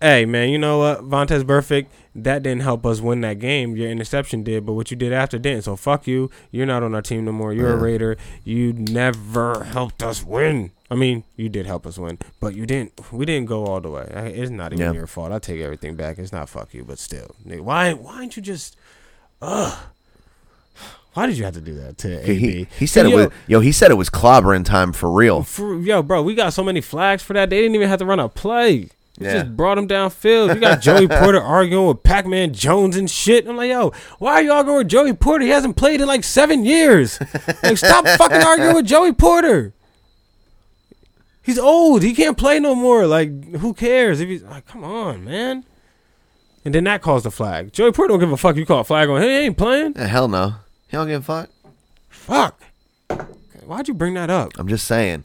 S9: Hey man, you know what? Vontez Burfict, that didn't help us win that game. Your interception did, but what you did after didn't. So fuck you. You're not on our team no more. You're a Raider. You never helped us win. I mean, you did help us win, but you didn't. We didn't go all the way. I- It's not even
S12: Yeah.
S9: your fault. I take everything back. It's not fuck you, but still, nigga, why? Why didn't you just? Ugh. Why did you have to do that to
S12: He,
S9: AB?
S12: he, he said
S9: And
S12: it
S9: yo,
S12: was yo. He said it was clobbering time for real.
S9: for, yo, bro, we got so many flags for that. They didn't even have to run a play. They
S12: Yeah.
S9: just brought him downfield. You
S12: [laughs]
S9: got Joey Porter arguing with Pac Man Jones and shit. I'm like, yo, why are you arguing with Joey Porter? He hasn't played in like seven years. Like,
S12: [laughs]
S9: stop fucking arguing with Joey Porter. He's old. He can't play no more. Like, who cares? If he's like, come on, man. And then that calls the flag. Joey Porter don't give a fuck. You call a flag on him. He ain't playing.
S12: Eh, hell no. He don't give a fuck.
S9: Fuck. Why'd you bring that up?
S12: I'm just saying.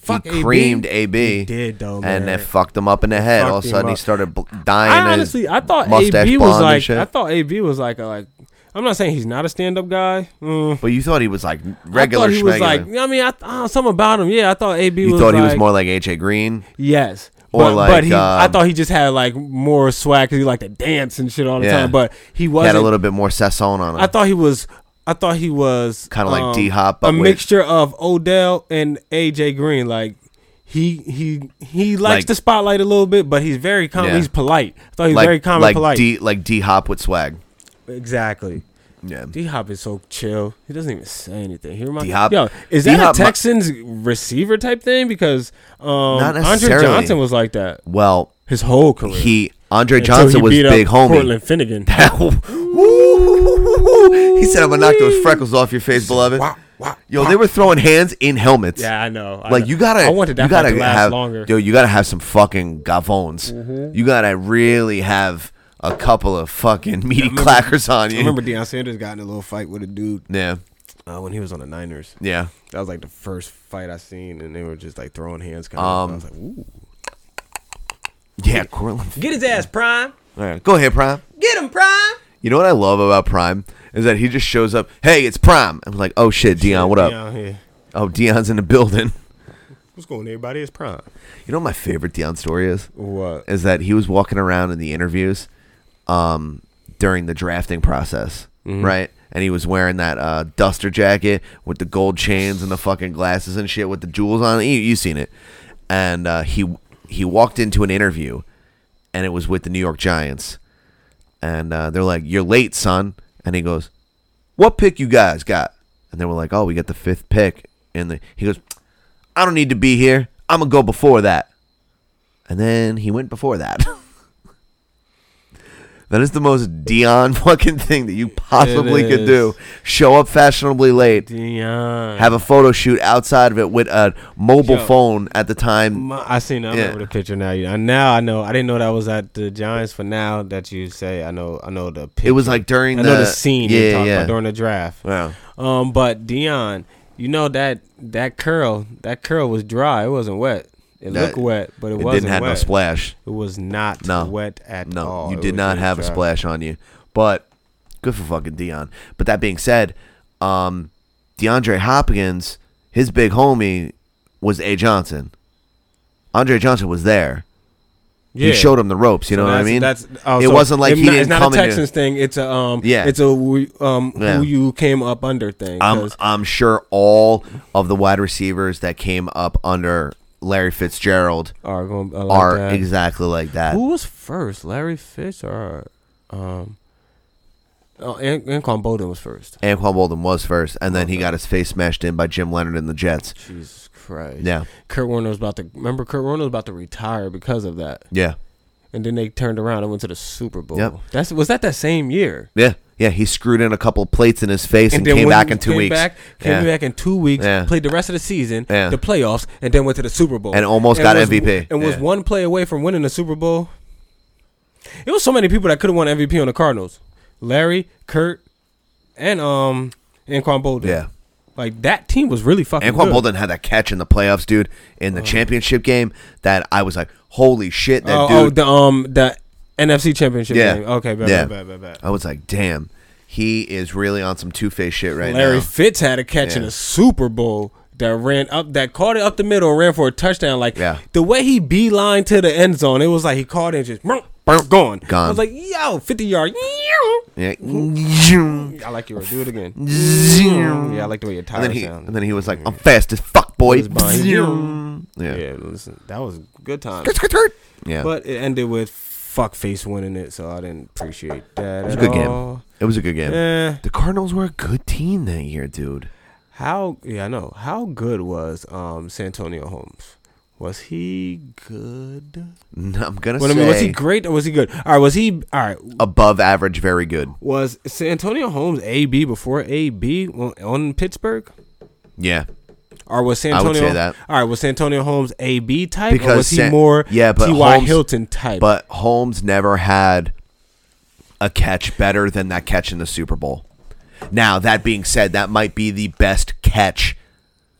S9: Fuck
S12: he
S9: AB.
S12: creamed AB.
S9: He did, though,
S12: And
S9: man.
S12: it fucked him up in the head.
S9: Fucked
S12: All of a
S9: him
S12: sudden, he
S9: up.
S12: started bl- dying.
S9: I
S12: his
S9: honestly, I thought
S12: mustache
S9: AB was
S12: blonde and
S9: like,
S12: shit.
S9: I thought AB was like, a, like, I'm not saying he's not a stand up guy. Mm.
S12: but you thought he was like
S9: I
S12: regular.
S9: thought he was
S12: schmegular.
S9: like, I mean, I, th- uh, something about him. Yeah, I thought AB
S12: you
S9: was.
S12: thought
S9: like,
S12: he was more like AJ Green.
S9: Yes.
S12: or
S9: but,
S12: like,
S9: but he, I
S12: um,
S9: thought he just had like more swag because he liked to dance and shit all the
S12: Yeah.
S9: time. But he
S12: He
S9: wasn't.
S12: had a little bit more sasson on him.
S9: I thought he was. I thought he was
S12: Kinda like
S9: um,
S12: D-Hop,
S9: a
S12: but with-
S9: mixture of Odell and AJ Green. Like he he he likes
S12: Like-
S9: the spotlight a little bit, but he's very calm.
S12: Yeah.
S9: He's polite. I thought he was
S12: like
S9: very calm
S12: like
S9: and polite.
S12: D like D Hop with swag.
S9: exactly.
S12: Yeah.
S9: D Hop is so chill. He doesn't even say anything. He reminds
S12: D-Hop-
S9: Yo, is that
S12: D-Hop
S9: a
S12: mi-
S9: Texans receiver type thing? Because um, Andre
S12: necessarily.
S9: Johnson was like that
S12: Well,
S9: his whole career.
S12: he Andre
S9: Until
S12: Johnson
S9: he
S12: was
S9: beat up
S12: big homie.
S9: Cortland Finnegan. [laughs]
S12: Woo! he said, "I'm gonna knock those freckles off your face, beloved." Yo, they were throwing hands in helmets.
S9: Yeah, I know. I
S12: Like
S9: know.
S12: you gotta,
S9: I wanted that
S12: you gotta
S9: fight to last
S12: have,
S9: longer. Mm-hmm.
S12: yo, you gotta have some fucking gavones. You gotta really have a couple of fucking meaty clackers on you.
S9: I remember Deion Sanders got in a little fight with a dude
S12: yeah,
S9: uh, when he was on the Niners.
S12: yeah.
S9: That was like the first fight I seen, and they were just like throwing hands. Kind
S12: Um,
S9: of. I was like, ooh.
S12: Yeah, Cortland.
S9: Get his ass prime.
S12: All right, go ahead, Prime.
S9: Get him prime.
S12: You know what I love about Prime is that he just shows up. Hey, it's Prime. I'm like, oh shit, Dion, what up? Oh, Dion's in the building. [laughs]
S9: What's going on, everybody? It's prime.
S12: You know what my favorite Dion story is?
S9: What?
S12: Is that he was walking around in the interviews um, during the drafting process, right? And he was wearing that uh, duster jacket with the gold chains and the fucking glasses and shit with the jewels on. it. You, you seen it? And uh, he he walked into an interview, and it was with the New York Giants, and uh, they're like, "You're late, son," and he goes, "What pick you guys got?" And they were like, "Oh, we got the fifth pick." And the, he goes, "I don't need to be here. I'm gonna go before that." And then he went before that. [laughs] that is the most Dion [laughs] fucking thing that you possibly could
S9: is.
S12: do. Show up fashionably late,
S9: Deion.
S12: have a photo shoot outside of it with a mobile
S9: Yo.
S12: phone at the time.
S9: My, I seen. I
S12: Yeah.
S9: remember the picture now. You- I- Now I know. I didn't know that was at the Giants. For now that you say, I know. I know the. Picture.
S12: It was like during
S9: I
S12: the,
S9: know the scene.
S12: Yeah,
S9: you talked
S12: yeah.
S9: About during the draft.
S12: Wow.
S9: Um, but Dion, you know that that curl, that curl was dry. It wasn't wet. It
S12: That-
S9: looked wet, but it,
S12: It,
S9: wasn't
S12: didn't have
S9: wet.
S12: no splash.
S9: It was not
S12: No.
S9: wet at
S12: no,
S9: all.
S12: you
S9: It
S12: did
S9: was
S12: not
S9: really
S12: have a
S9: dry.
S12: splash on you. But good for fucking Dion. But that being said, um, DeAndre Hopkins, his big homie was A. Johnson. Andre Johnson was there.
S9: Yeah.
S12: He showed him the ropes. You know what I
S9: That's-
S12: mean?
S9: That's oh,
S12: it
S9: so
S12: wasn't like
S9: it's
S12: he
S9: not,
S12: didn't
S9: It's not
S12: come
S9: a
S12: in here.
S9: Texans thing. It's a um.
S12: Yeah.
S9: It's a we- um
S12: Yeah.
S9: who you came up under thing.
S12: I'm
S9: 'cause-
S12: I'm sure all of the wide receivers that came up under Larry Fitzgerald
S9: are going like
S12: are
S9: that.
S12: exactly like that.
S9: Who was first, Larry Fitz or um? Oh, An- Anquan Bolden was first.
S12: Anquan Bolden was first, and then he got his face smashed in by Jim Leonard and the Jets.
S9: Jesus Christ.
S12: Yeah.
S9: Kurt Warner was about to remember. Kurt Warner was about to retire because of that,
S12: Yeah,
S9: and then they turned around and went to the Super Bowl.
S12: Yep.
S9: That's was that that same year.
S12: yeah. Yeah, he screwed in a couple plates in his face and,
S9: then
S12: came
S9: when
S12: back
S9: he
S12: in two
S9: came
S12: weeks.
S9: Back, came
S12: Yeah.
S9: back in two weeks.
S12: Yeah.
S9: Played the rest of the season,
S12: Yeah.
S9: the playoffs, and then went to the Super Bowl
S12: And almost got
S9: was-
S12: MVP.
S9: And was
S12: Yeah.
S9: one play away from winning the Super Bowl. It was so many people that could have won MVP on the Cardinals: Larry, Kurt, and um, Anquan Bolden.
S12: Yeah.
S9: like that team was really fucking.
S12: Anquan
S9: good. Oh.
S12: Bolden had that catch in the playoffs, dude, in the championship game that I was like, holy shit, that
S9: Oh,
S12: dude.
S9: oh, the um, the NFC Championship
S12: yeah.
S9: game. Okay, bad,
S12: yeah.
S9: bad, bad, bad, bad.
S12: I was like, damn, he is really on some two face shit right
S9: Larry
S12: now.
S9: Fitz had a catch in
S12: Yeah.
S9: the Super Bowl that ran up, that caught it up the middle, and ran for a touchdown. Like
S12: Yeah.
S9: the way he beeline to the end zone, it was like he caught it and just burp, burp, gone.
S12: Gone.
S9: I was like, yo, fifty yard. I
S12: Yeah. And
S9: like you. Do it again. Yeah, I like the way your tires
S12: then he
S9: sound.
S12: and then he was like, I'm fast as fuck, boy.
S9: It was behind you.
S12: Yeah.
S9: yeah, listen, that was good time.
S12: Yeah.
S9: But it ended with fuckface winning it, so I didn't appreciate that. It
S12: it was a good game. It was a good game.
S9: oh. Yeah.
S12: The Cardinals were a good team that year, dude. [laughs]
S9: How yeah, I know. How good was um Santonio Holmes? Was he good?
S12: No, I'm gonna
S9: Well, I
S12: say
S9: mean, was he great or was he good? All right, was he all right?
S12: above average, very good.
S9: Was Santonio Holmes AB before AB on, on Pittsburgh?
S12: Yeah,
S9: Or was Santonio?
S12: I would say that.
S9: All right, was Santonio Holmes AB type or
S12: Because
S9: was he
S12: San-
S9: more
S12: yeah, but
S9: T.Y.
S12: Holmes-
S9: Hilton type?
S12: but Holmes never had a catch better than that catch in the Super Bowl. Now, that being said, that might be the best catch,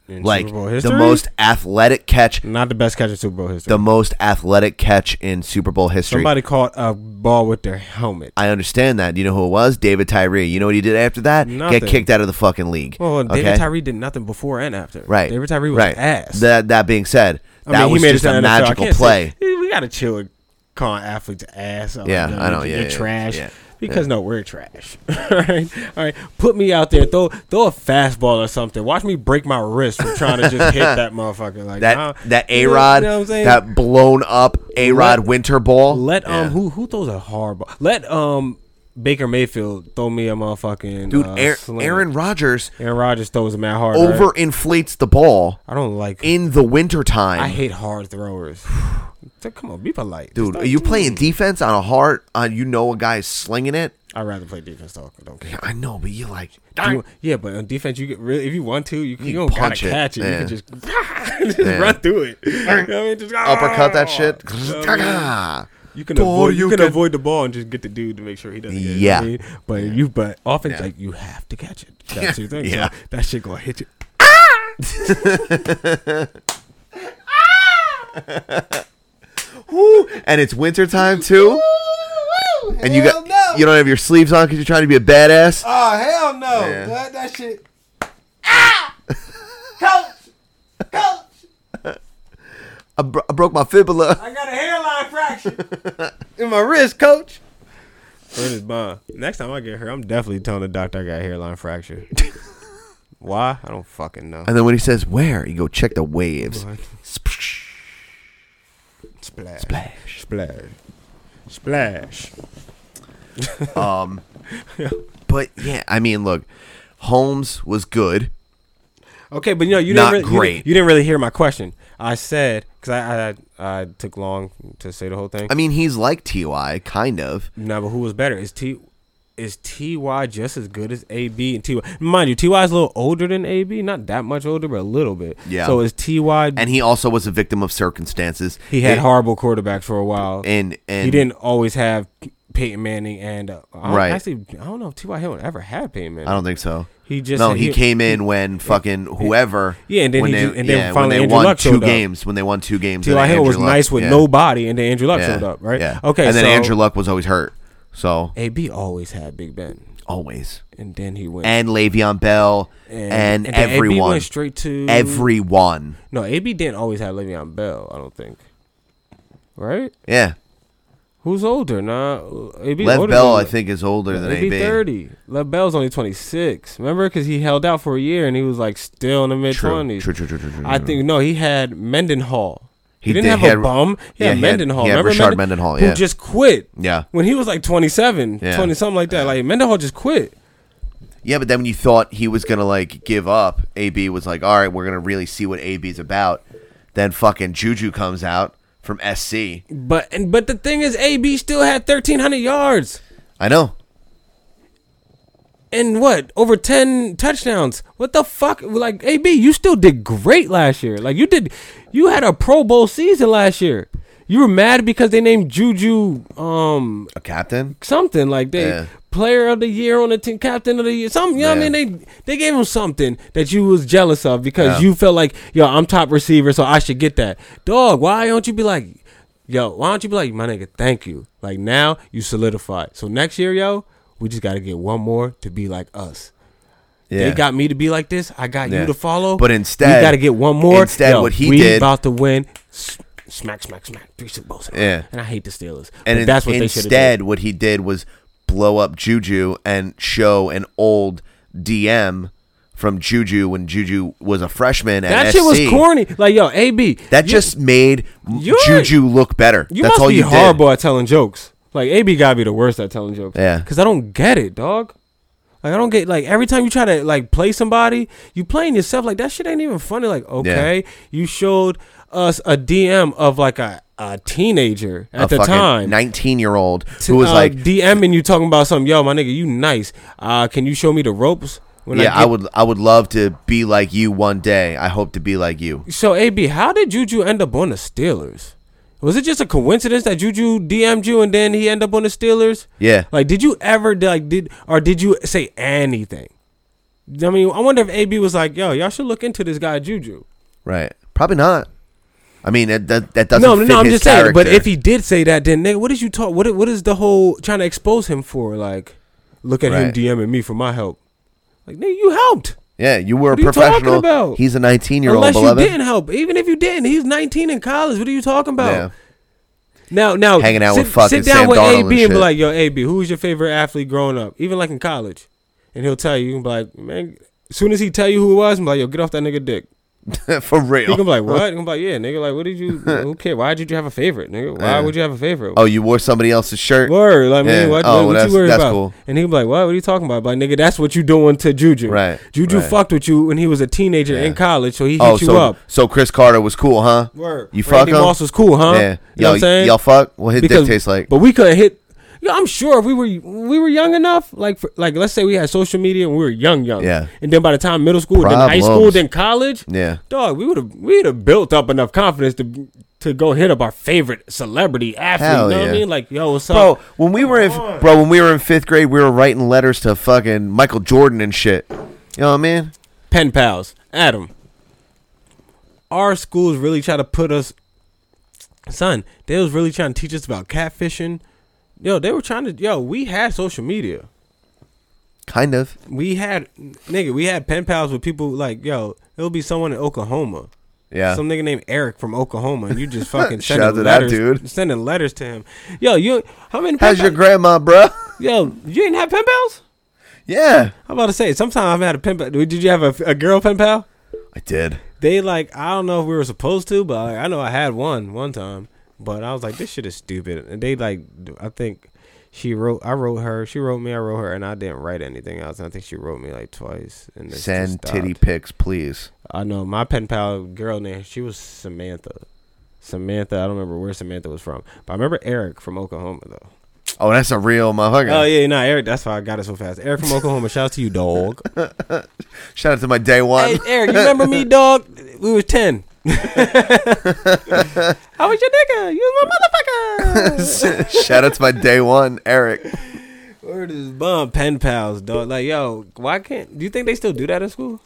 S9: in
S12: like
S9: Super Bowl
S12: the
S9: history?
S12: most athletic catch,
S9: not the best catch in Super Bowl history.
S12: the most athletic catch in Super Bowl history.
S9: Somebody caught a ball with their helmet.
S12: I understand that. You know who it was? David Tyree. You know what he did after that?
S9: Nothing.
S12: Get kicked out of the fucking league.
S9: Well, David
S12: okay?
S9: Tyree did nothing before and after.
S12: Right.
S9: David Tyree was
S12: right.
S9: ass.
S12: That that being said, that was just
S9: to the
S12: a
S9: NFL. I
S12: magical
S9: can't
S12: play.
S9: say- we gotta chill with calling athletes ass. I'm
S12: Yeah,
S9: like,
S12: I know,
S9: you're
S12: yeah, yeah,
S9: trash.
S12: yeah,
S9: Because no, we're trash. [laughs] all right, all right. Put me out there, throw throw a fastball or something. Watch me break my wrist from trying to
S12: [laughs]
S9: just hit that motherfucker. Like
S12: That
S9: nah,
S12: that
S9: you
S12: A
S9: know-
S12: Rod,
S9: you know what I'm saying?
S12: that blown up A Rod
S9: Let-
S12: winter ball.
S9: let um
S12: Yeah.
S9: who who throws a hard ball? Let um Baker Mayfield throw me a motherfucking
S12: dude,
S9: uh,
S12: Aar-
S9: sling.
S12: Aaron Rodgers
S9: Aaron Rodgers throws a mad hard right?
S12: overinflates the ball
S9: I don't like.
S12: in the wintertime.
S9: I hate hard throwers. [sighs] So come on, be polite,
S12: dude, are you playing defense on a hard? Uh, you know a guy is slinging it.
S9: I'd rather play defense. Talk. I don't care.
S12: [laughs] I know, but you like
S9: You- yeah, but on defense, you get really if you want to, you, you,
S12: You
S9: don't gotta
S12: punch it,
S9: catch it.
S12: yeah.
S9: You can just, [laughs] just
S12: Yeah.
S9: run
S12: [laughs]
S9: through it. You know what I mean? Just,
S12: uppercut that shit. [laughs]
S9: You can
S12: Boy,
S9: avoid you
S12: you
S9: can,
S12: can-
S9: avoid the ball and just get the dude to make sure he doesn't. Get it,
S12: Yeah.
S9: you know what I mean? but you but offense
S12: Yeah.
S9: like you have to catch it. That's your thing.
S12: Yeah.
S9: So that shit gonna hit you.
S12: Woo! And it's wintertime too. And you got you don't have your sleeves on because you're trying to be a badass.
S7: Oh hell no!
S12: Yeah.
S7: That, that shit. Ah!
S12: [laughs] I, bro- I broke my fibula.
S7: I got a hairline fraction.
S12: [laughs] in my wrist, coach.
S9: Word is bond. Next time I get her, I'm definitely telling the doctor I got a
S12: [laughs]
S9: hairline fracture. Why? I don't fucking know.
S12: And then when he says where, you go check the waves. Splash.
S9: Splash.
S12: Splash.
S9: Splash. Splash.
S12: But yeah, I mean, look, Holmes was good.
S9: Okay, but you know you
S12: Not
S9: didn't really, you
S12: great.
S9: didn't- You, didn't really hear my question. I said because I, I I took long to say the whole thing.
S12: I mean, he's like Ty, kind of.
S9: no, but who was better? Is T is Ty just as good as AB and Ty? Mind you, Ty is a little older than AB, not that much older, but a little bit.
S12: Yeah.
S9: So is Ty?
S12: And he also was a victim of circumstances.
S9: he had
S12: It-
S9: horrible quarterbacks for a while,
S12: And and
S9: he didn't always have Peyton Manning and uh, I don't-
S12: Right.
S9: Actually, I don't know if Ty Hilton ever had Peyton Manning.
S12: I don't think so.
S9: He just-
S12: no. He,
S9: he-
S12: came in when fucking whoever.
S9: Yeah, and then
S12: when
S9: he
S12: they,
S9: ju- and then
S12: yeah,
S9: finally
S12: when they
S9: Andrew
S12: won
S9: Luck
S12: two
S9: showed up.
S12: games. When they won two games, and
S9: T.Y.
S12: then
S9: Hill was
S12: Andrew Luck-
S9: nice with
S12: yeah,
S9: nobody, and then Andrew Luck
S12: yeah,
S9: showed up, right?
S12: yeah.
S9: Okay,
S12: and then
S9: so
S12: Andrew Luck was always hurt. So
S9: AB always had Big Ben.
S12: always
S9: and then he went
S12: and Le'Veon Bell and,
S9: then AB
S12: everyone,
S9: went straight to
S12: everyone.
S9: No, AB didn't always have Le'Veon Bell. I don't think. Right?
S12: Yeah,
S9: Who's older? Nah, AB.
S12: Lev
S9: older
S12: Bell
S9: than-
S12: I think is older than
S9: AB
S12: AB.
S9: thirty. Lev Bell's only twenty six. Remember, because he held out for a year and he was like still in the mid
S12: True.
S9: twenties.
S12: True, true, true, true, true,
S9: I
S12: true.
S9: think no, he had Mendenhall. He,
S12: He
S9: didn't
S12: did.
S9: have
S12: He
S9: a
S12: had-
S9: bum. He
S12: yeah,
S9: had
S12: he had-
S9: Mendenhall.
S12: he had
S9: Remember
S12: Rashard
S9: Menden-
S12: Mendenhall,
S9: who
S12: yeah.
S9: just quit.
S12: Yeah.
S9: when he was like 27,
S12: Yeah.
S9: 20 something like that. Like Mendenhall just quit.
S12: Yeah, but then when you thought he was gonna like give up, AB was like, "All right, we're gonna really see what AB's about." Then fucking Juju comes out from SC.
S9: But and but the thing is, AB still had thirteen hundred yards.
S12: I know.
S9: and what over ten touchdowns. What the fuck? Like AB, you still did great last year. Like you did, you had a Pro Bowl season last year. You were mad because they named Juju um
S12: A captain?
S9: something like they
S12: Yeah.
S9: player of the year on the team, captain of the year, something. You know what I
S12: Yeah.
S9: mean? They they gave him something that you was jealous of because you felt like yo, I'm top receiver, so I should get that. Dog, why don't you be like, yo, why don't you be like, my nigga, thank you. Like now you solidified. So next year, yo, we just gotta get one more to be like us.
S12: Yeah.
S9: They got me to be like this. I got
S12: Yeah.
S9: you to follow.
S12: But instead-
S9: you got to get one more.
S12: instead what he
S9: we
S12: did-
S9: about to win. S- Smack, smack, smack. Three Super Bowls. in a row.
S12: Yeah.
S9: and I hate the Steelers.
S12: and
S9: but
S12: in-
S9: that's what they should have did.
S12: instead, what he did was blow up Juju and show an old DM from Juju when Juju was a freshman. At
S9: That shit was
S12: SC.
S9: corny. Like, yo, AB.
S12: That
S9: you-
S12: just made m-
S9: you're-
S12: Juju look better.
S9: You
S12: That's
S9: must
S12: all
S9: be
S12: you
S9: horrible at telling jokes. Like, AB gotta be the worst at telling jokes.
S12: Yeah.
S9: Because I don't get it, dog. Like, I don't get, like, every time you try to, like, play somebody, you playing yourself. Like, that shit ain't even funny. Like, okay, you showed us a DM of, like, a, a teenager
S12: did.
S9: at the time.
S12: nineteen-year-old
S9: T-
S12: who was
S9: uh,
S12: like,
S9: DMing you talking about something. Yo, my nigga, you nice. Uh, can you show me the ropes? When
S12: "Yeah, I,
S9: get-
S12: would, I would love to be like you one day. I hope to be like you."
S9: So AB, how did Juju end up on the Steelers? Was it just a coincidence that Juju DM'd you and then he ended up on the Steelers?
S12: Yeah.
S9: Like, did you ever like did or did you say anything? I mean, I wonder if AB was like, "Yo, y'all should look into this guy Juju."
S12: Right? Probably not. I mean, that that, that doesn't.
S9: No,
S12: fit
S9: no, I'm
S12: his
S9: just saying.
S12: character.
S9: But if he did say that, then nigga, what did you talk? What what is the whole trying to expose him for? Like, look at him
S12: Right.
S9: DMing me for my help. Like, nigga, you helped.
S12: yeah, you were a
S9: What are you talking
S12: professional.
S9: about?
S12: He's a nineteen-year-old.
S9: Unless
S12: beloved.
S9: you didn't help, even if you didn't, he's 19 in college. What are you talking about?
S12: Yeah.
S9: Now, now,
S12: Hanging out
S9: sit,
S12: with fucking
S9: sit down
S12: Sam
S9: with
S12: Darnold
S9: AB and,
S12: and
S9: be
S12: shit.
S9: like, "Yo, AB, who was your favorite athlete growing up? Even like in college?" And he'll tell you, you can be like, "Man." As soon as he tell you who it was, I'm like, "Yo, get off that nigga dick."
S12: [laughs] For
S9: He
S12: real.
S9: can be like,
S12: [laughs]
S9: "What?" I'm like, "Yeah, nigga. Like, what did you? Who care? Why did you have a favorite, nigga? Why
S12: Yeah.
S9: would you have a favorite?
S12: oh, you wore somebody else's shirt.
S9: Word, like
S12: Yeah.
S9: man, what,
S12: Oh,
S9: what,
S12: that's-
S9: you worried
S12: that's
S9: about?
S12: cool.
S9: And he'd be like, "What? What are you talking about?" But nigga, that's what you doing to Juju.
S12: Right,
S9: Juju
S12: right.
S9: fucked with you when he was a teenager
S12: Yeah.
S9: in college, so he hit
S12: Oh,
S9: you
S12: so
S9: up.
S12: so Chris Carter was cool, huh?
S9: Word.
S12: You fuck
S9: Randy
S12: him.
S9: Moss was cool, huh?
S12: Yeah.
S9: You know
S12: Yo,
S9: what I'm saying?
S12: y'all fuck. Well, his dick tastes like.
S9: But we couldn't hit. Yo, I'm sure if we were we were young enough, like for, like let's say we had social media and we were young, young.
S12: Yeah.
S9: And then by the time middle school, then high school,
S12: Problems.
S9: then college.
S12: Yeah.
S9: Dog, we would have we'd have built up enough confidence to to go hit up our favorite celebrity athlete.
S12: Hell
S9: you know what
S12: yeah.
S9: I mean? Like, yo, what's
S12: Bro,
S9: up?
S12: when we were in bro, when we were in fifth grade, we were writing letters to fucking Michael Jordan and shit. You know what I mean?
S9: Pen pals, Adam. Our schools really try to put us, son. They was really trying to teach us about catfishing. Yo, they were trying to. Yo, we had social media.
S12: Kind of.
S9: we had nigga, we had pen pals with people like yo. It'll be someone in Oklahoma,
S12: Yeah.
S9: some [laughs] nigga named Eric from Oklahoma, and
S12: [laughs]
S9: you just fucking
S12: Shout
S9: sending
S12: out to that
S9: letters,
S12: dude.
S9: sending letters to him. Yo, you how many? pen
S12: How's your
S9: pals-
S12: grandma, bro? [laughs]
S9: yo? You didn't have pen pals?
S12: yeah.
S9: I'm about to say. Sometimes I've had a pen pal. Did you have a, a girl pen pal?
S12: I did.
S9: They like I don't know if we were supposed to, but like, I know I had one one time. But I was like, this shit is stupid, and they like I think. She wrote. I wrote her. She wrote me. I wrote her, and I didn't write anything else. And I think she wrote me like twice. And it just
S12: Send titty
S9: stopped.
S12: pics, please.
S9: I know my pen pal girl name. She was Samantha. Samantha. I don't remember where Samantha was from, but I remember Eric from Oklahoma though.
S12: Oh, that's a real motherfucker.
S9: Oh yeah, no Eric. That's why I got it so fast. Eric from Oklahoma. [laughs] Shout out to you, dog.
S12: Shout out to my day one.
S9: hey Eric, [laughs] you remember me, dog? We was ten. [laughs] I was your nigga. You was my
S12: [laughs]
S9: motherfucker. [laughs]
S12: Shout out to my day one, Eric.
S9: Word is bum. Pen pals, dog. Like yo, why can't? Do you think they still do that in school?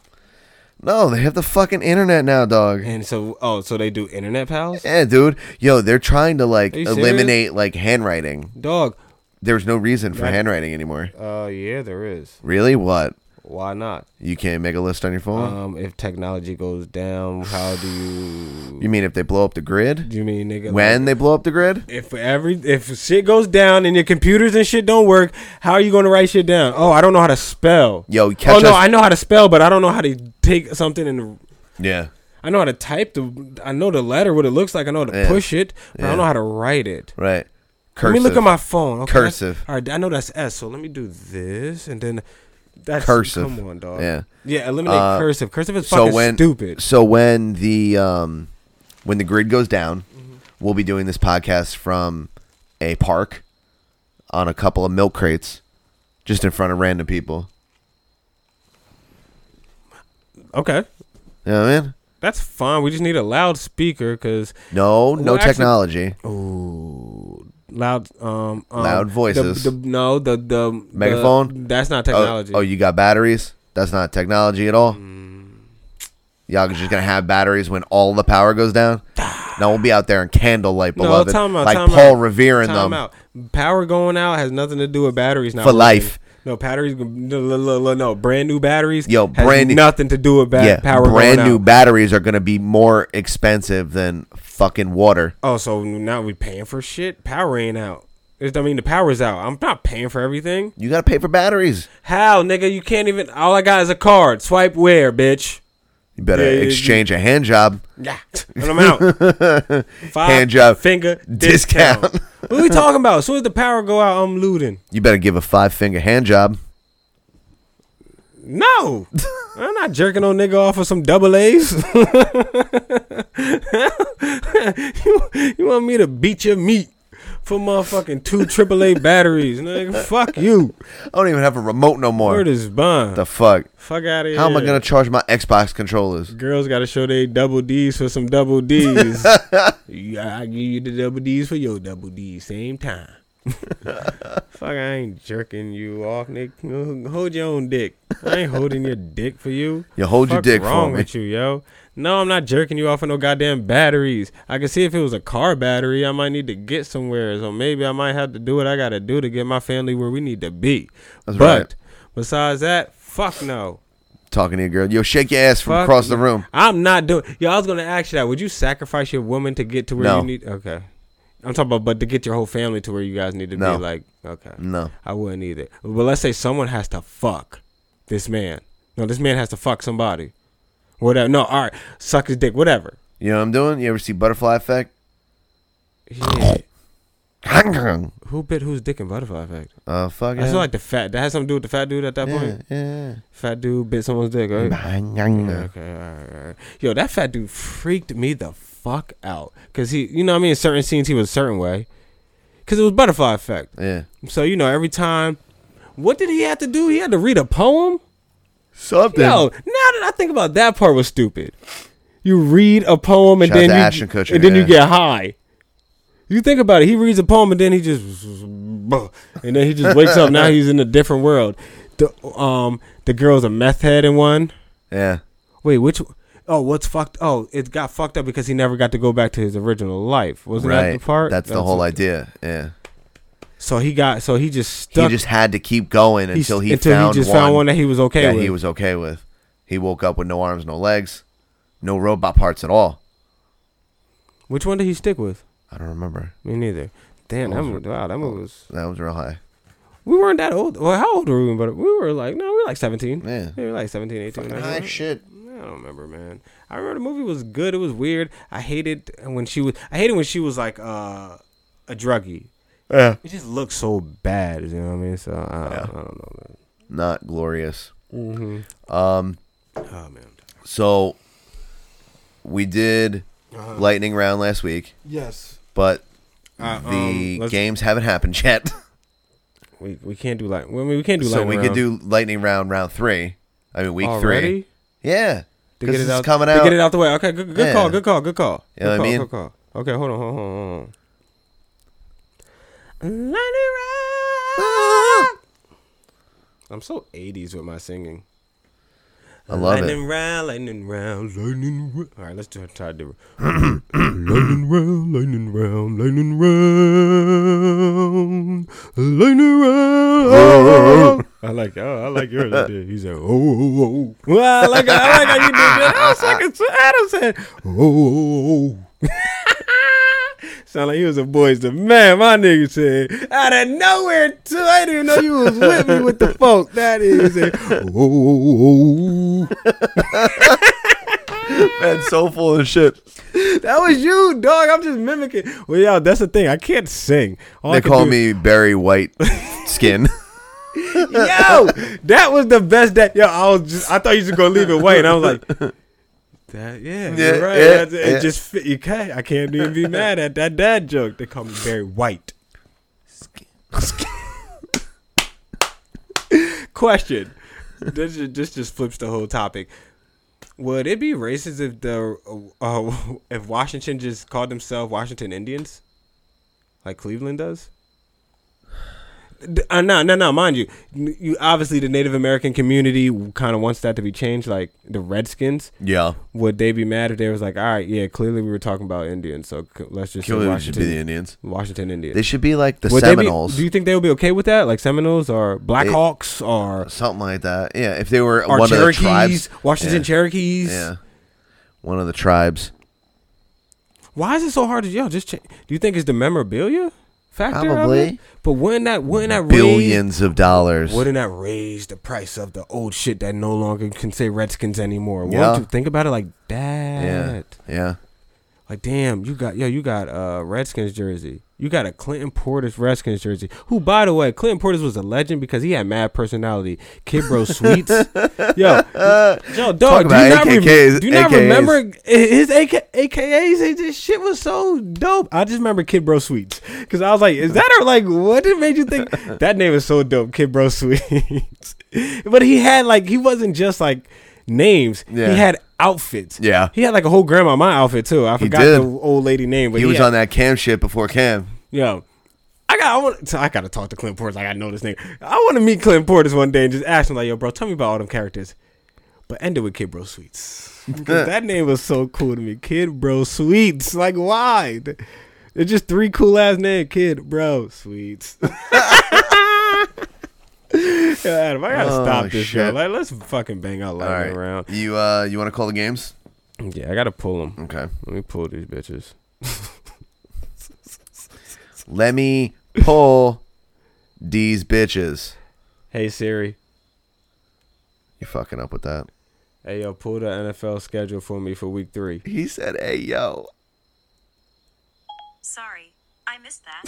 S12: No, they have the fucking internet now, dog.
S9: And so, oh, so they do internet pals,
S12: Yeah, dude. Yo, they're trying to like
S9: Are you serious?
S12: eliminate like handwriting.
S9: dog.
S12: There's no reason for
S9: Right.
S12: handwriting anymore.
S9: Uh, yeah, there is.
S12: Really? What?
S9: Why not?
S12: You can't make a list on your phone?
S9: Um, if technology goes down, how do you?
S12: you mean if they blow up the grid?
S9: Do you mean nigga?
S12: When
S9: Uh, like,
S12: they blow up the grid?
S9: if every if shit goes down and your computers and shit don't work, how are you gonna write shit down? Oh, I don't know how to spell.
S12: Yo, catch
S9: oh no,
S12: us-
S9: I know how to spell, but I don't know how to take something and
S12: Yeah.
S9: I know how to type the. I know the letter, what it looks like. I know how to
S12: Yeah.
S9: push it, but I
S12: Yeah.
S9: don't know how to write it.
S12: Right.
S9: Let
S12: Cursive.
S9: me look at my phone. Okay, that's-
S12: Cursive.
S9: All right, I know that's S. So let me do this and then. That's,
S12: Cursive.
S9: Come on, dog.
S12: Yeah.
S9: Yeah. Eliminate
S12: Uh,
S9: cursive. Cursive is
S12: so
S9: fucking
S12: when
S9: stupid.
S12: so when the um when the grid goes down,
S9: Mm-hmm.
S12: we'll be doing this podcast from a park on a couple of milk crates just in front of random people.
S9: Okay,
S12: You know what I mean?
S9: that's fine. We just need a loudspeaker because
S12: No, no
S9: Well, actually-
S12: technology.
S9: loud, um, um,
S12: Loud
S9: the-
S12: voices.
S9: The, no, the the the-
S12: Megaphone?
S9: that's not
S12: Oh-
S9: technology. Mm.
S12: Oh, you got batteries? That's not technology at all. Y'all just gonna have batteries when all the power goes down. Now we'll be out there in candlelight,
S9: no,
S12: beloved,
S9: time out,
S12: like
S9: time
S12: Paul
S9: out,
S12: Revere and
S9: time
S12: them.
S9: Out. Power going out has nothing to do with batteries now
S12: For life.
S9: No batteries. No, no, no, no, no, brand new batteries.
S12: Yo,
S9: has
S12: brand new-
S9: nothing to do with ba-
S12: Yeah,
S9: power.
S12: brand
S9: going
S12: new
S9: Out.
S12: batteries are gonna be more expensive than fucking water.
S9: Oh, so now we paying for shit? Power ain't out. It's, I mean, the power's out. I'm not paying for everything.
S12: You gotta pay for batteries.
S9: How, nigga? You can't even. All I got is a card. Swipe where, bitch?
S12: You better
S9: Yeah, yeah, yeah.
S12: exchange a hand job.
S9: Yeah, and I'm out.
S12: [laughs]
S9: Five
S12: Hand job.
S9: finger discount.
S12: Discount.
S9: what we talking about? As soon as the power go out, I'm looting.
S12: You better give a five finger hand job. [laughs]
S9: No, I'm not jerking no nigga off of some double A's. [laughs] you, you want me to beat your meat for motherfucking two AAA batteries? Nigga, fuck you.
S12: I don't even have a remote no more.
S9: Word is bond.
S12: the fuck?
S9: fuck out of here.
S12: How am I gonna charge my Xbox controllers?
S9: Girls got to show they double D's for some
S12: [laughs]
S9: double D's. yeah, I give you the double D's for your double D's
S12: [laughs]
S9: same time. Fuck, I ain't jerking you off, nigga. Hold your own dick. I ain't holding your dick for you.
S12: Yeah, hold your
S9: Fuck
S12: dick for
S9: wrong
S12: me.
S9: with you, yo. No, I'm not jerking you off for no goddamn batteries. I can see if it was a car battery, I might need to get somewhere. So maybe I might have to do what I gotta do to get my family where we need to be.
S12: That's
S9: but
S12: right.
S9: besides that, fuck no.
S12: Talking to your girl, yo, shake your ass from
S9: Fuck
S12: across the
S9: no.
S12: room.
S9: I'm not doing. Yo, I was gonna ask you that. Would you sacrifice your woman to get to where
S12: No.
S9: you need? Okay, I'm talking about, but to get your whole family to where you guys need to
S12: No.
S9: be. Like, okay,
S12: No.
S9: I wouldn't either. But let's say someone has to fuck this man. No, this man has to fuck somebody. Whatever. No, all right, suck his dick. Whatever.
S12: You know what I'm doing? You ever see Butterfly Effect?
S9: Yeah.
S12: uh,
S9: Who bit whose dick in Butterfly Effect?
S12: fuck
S9: I
S12: yeah.
S9: feel like the fat. That has something to do with the fat dude at that point.
S12: yeah.
S9: Fat dude bit someone's dick. Right?
S12: Bang.
S9: Okay, all right, all right. Yo, that fat dude freaked me the fuck out. Cause he, you know, what I mean, in certain scenes he was a certain way. Cause it was butterfly effect.
S12: Yeah.
S9: So you know, every time, what did he have to do? He had to read a poem.
S12: Something.
S9: Yo, now that I think about that part, was stupid. You read a poem and
S12: Shout out
S9: then
S12: to
S9: you,
S12: Ashton Kutcher,
S9: and then you
S12: yeah.
S9: get high. You think about it. He reads a poem and then he just, and then he just wakes up. Now he's in a different world. The um, the girl's a meth head in one.
S12: Yeah.
S9: Wait, which? Oh, what's fucked? Oh, it got fucked up because he never got to go back to his original life. Wasn't
S12: Right.
S9: that the part?
S12: That's the whole
S9: it.
S12: idea. Yeah.
S9: So he got. So he just
S12: He
S9: stuck.
S12: just had to keep going
S9: he s-
S12: until he found
S9: just
S12: one,
S9: found one that he was okay
S12: that
S9: with.
S12: he was okay with. He woke up with no arms, no legs, no robot parts at all.
S9: Which one did he stick with?
S12: I don't remember.
S9: Me neither. Damn, that
S12: Those
S9: movie, wow, that movie was.
S12: That was real high.
S9: We weren't that old. Well, how old were we? But we were like, no, we were like 17.
S12: Yeah.
S9: We were like 17, 18. 19.
S12: High shit.
S9: I don't remember, man. I remember the movie was good. It was weird. I hated when she was. I hated when she was like uh, a druggie.
S12: Yeah.
S9: It just looked so bad. You know what I mean? So I, I don't know, man.
S12: Not glorious.
S9: Oh man.
S12: So we did lightning round last week,
S9: Yes.
S12: but
S9: Uh,
S12: the
S9: um, let's-
S12: games haven't happened [laughs] yet.
S9: We we can't do like. I mean, we can't do
S12: so we
S9: lightning
S12: could do
S9: round
S12: lightning round round three. I mean week
S9: already
S12: three. Yeah,
S9: To
S12: because
S9: get
S12: it's
S9: it out,
S12: coming
S9: to
S12: out.
S9: get it out the way. Okay, good, good
S12: Yeah.
S9: call. Good call. Good call.
S12: You know
S9: good
S12: what I
S9: call,
S12: mean?
S9: Good call. Okay, hold on, hold on, hold on, hold on. Lightning round. I'm so 80s with my singing.
S12: I love
S9: lightning
S12: it.
S9: round, lightning round, lightning round. All right, let's try,
S12: [clears throat]
S9: try different. lightning round, lightning round, lightning round,
S12: [laughs]
S9: lightning round. I like, oh, I like yours. dude. He's like, oh, oh, oh. Well, I like, I like how you did that. I was like, it's Adam said, oh, [laughs] oh, oh. Sound like he was a boys the man. My nigga said out of nowhere too. I didn't even know you was with me with the folk. That is it. Oh, oh, oh, oh.
S12: Man, so full of shit.
S9: That was you, dog. I'm just mimicking. Well, yeah, that's the thing. I can't sing. All I
S12: They
S9: can
S12: call
S9: do-
S12: me Barry
S9: [laughs]
S12: White skin. [laughs]
S9: Yo, [laughs] that was the best day. Yo, I was just. I thought you was gonna leave it white, and I was like. That, yeah,
S12: Yeah,
S9: you're right.
S12: yeah,
S9: That's- it
S12: yeah.
S9: just fit. You can't. I can't even be mad at that dad joke. They call me Barry White. Question. This just, this just flips the whole topic. Would it be racist if the uh, [laughs] if Washington just called themselves Washington Indians, like Cleveland does? D- Uh, no, no, no. Mind you, n- you obviously the Native American community kind of wants that to be changed, like the Redskins.
S12: Yeah.
S9: Would they be mad if they was like, all right, yeah, clearly we were talking about Indians, so c- let's just say
S12: Clearly should be
S9: Washington-
S12: the Indians.
S9: Washington Indians.
S12: They should be like the
S9: Would they be-
S12: Seminoles,
S9: do you think they would be okay with that? Like Seminoles or Blackhawks or
S12: something like that. Yeah, if they were
S9: or
S12: one of the
S9: Cherokees,
S12: tribes,
S9: Washington
S12: yeah.
S9: Cherokees.
S12: Yeah, one of the tribes.
S9: Why is it so hard to yo? Just change. do you think it's the memorabilia factor? of
S12: Probably.
S9: it? But wouldn't that wouldn't that
S12: Billions of dollars.
S9: raise wouldn't that raise the price of the old shit that no longer can say Redskins anymore? Why
S12: Yeah.
S9: don't you think about it like that?
S12: yeah, yeah.
S9: Like damn, you got yo, you got a Redskins jersey. You got a Clinton Portis Redskins jersey. Who, by the way, Clinton Portis was a legend because he had mad personality. Kid Bro
S12: [laughs]
S9: Sweets. yo, yo, dog. Do
S12: about
S9: you, not, rem-
S12: AKKs,
S9: do you not
S12: AKAs.
S9: remember his AK- AKAs? They just shit was so dope. I just remember Kid Bro Sweets because I was like, is that or like what did made
S12: [laughs]
S9: you think that name is so dope, Kid Bro Sweets? [laughs] but he had like he wasn't just like names.
S12: Yeah.
S9: He had outfits.
S12: Yeah.
S9: He had like a whole grandma my outfit too. I
S12: He
S9: forgot
S12: did.
S9: the old lady name, but
S12: he was
S9: had,
S12: on that Cam shit before Cam.
S9: Yo, I got I, want, so I gotta talk to Clint Portis. I gotta know this nigga. I want to meet Clint Portis one day and just ask him like, yo, bro, tell me about all them characters, but end it with Kid Bro
S12: [laughs]
S9: Sweets. 'Cause that name was so cool to me, Kid Bro Sweets. Like why? It's just three cool ass names, Kid Bro Sweets. [laughs] Yo, Adam, I gotta
S12: Oh,
S9: stop this, yo.
S12: shit.
S9: Like, let's fucking bang
S12: All
S9: out
S12: right,
S9: lightning round.
S12: you uh, you want to call the games?
S9: Yeah, I gotta pull them.
S12: Okay,
S9: Let me pull these bitches.
S12: let me pull these bitches.
S9: Hey Siri.
S12: You fucking up with that?
S9: Hey yo, pull the NFL schedule for me for week three.
S12: He said, "Hey yo."
S5: Sorry, I missed that.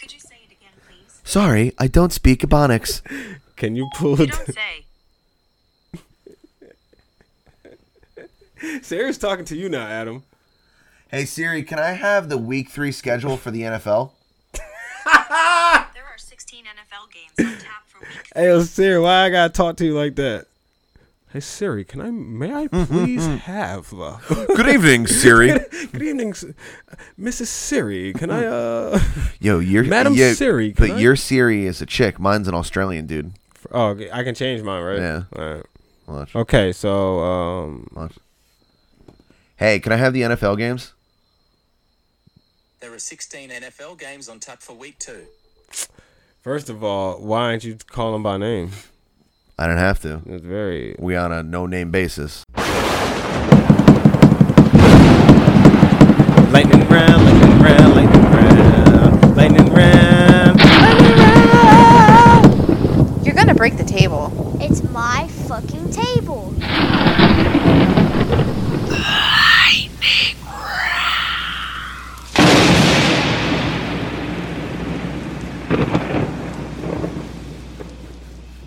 S5: Could you say it again, please?
S12: Sorry, I don't speak Ebonics.
S9: Can you pull
S5: [laughs]
S9: the-
S5: You don't say.
S9: Sarah's talking to you now, Adam.
S12: Hey Siri, can I have the week three schedule for the NFL?
S5: There are 16 NFL games on tap for week.
S9: Hey, yo, Siri, why I gotta talk to you like that? Hey Siri, can I may I please have uh, [laughs]
S12: Good evening, Siri.
S9: good evening, s- Mrs. Siri? Can I uh?
S12: Yo, you're
S9: Madam
S12: yo,
S9: Siri, can
S12: but
S9: I-
S12: your Siri is a chick. Mine's an Australian dude.
S9: [laughs] Oh, okay, I can change mine, right?
S12: Yeah.
S9: All right.
S12: Watch,
S9: Okay, so um,
S12: watch. Hey, can I have the NFL games?
S5: There are 16 NFL games on tap for week two.
S9: first of all, why aren't you calling by name?
S12: I don't have to.
S9: It's very
S12: We on a no name basis.
S9: lightning round, lightning round, lightning round, lightning round.
S5: You're gonna break the table.
S11: It's my fucking table.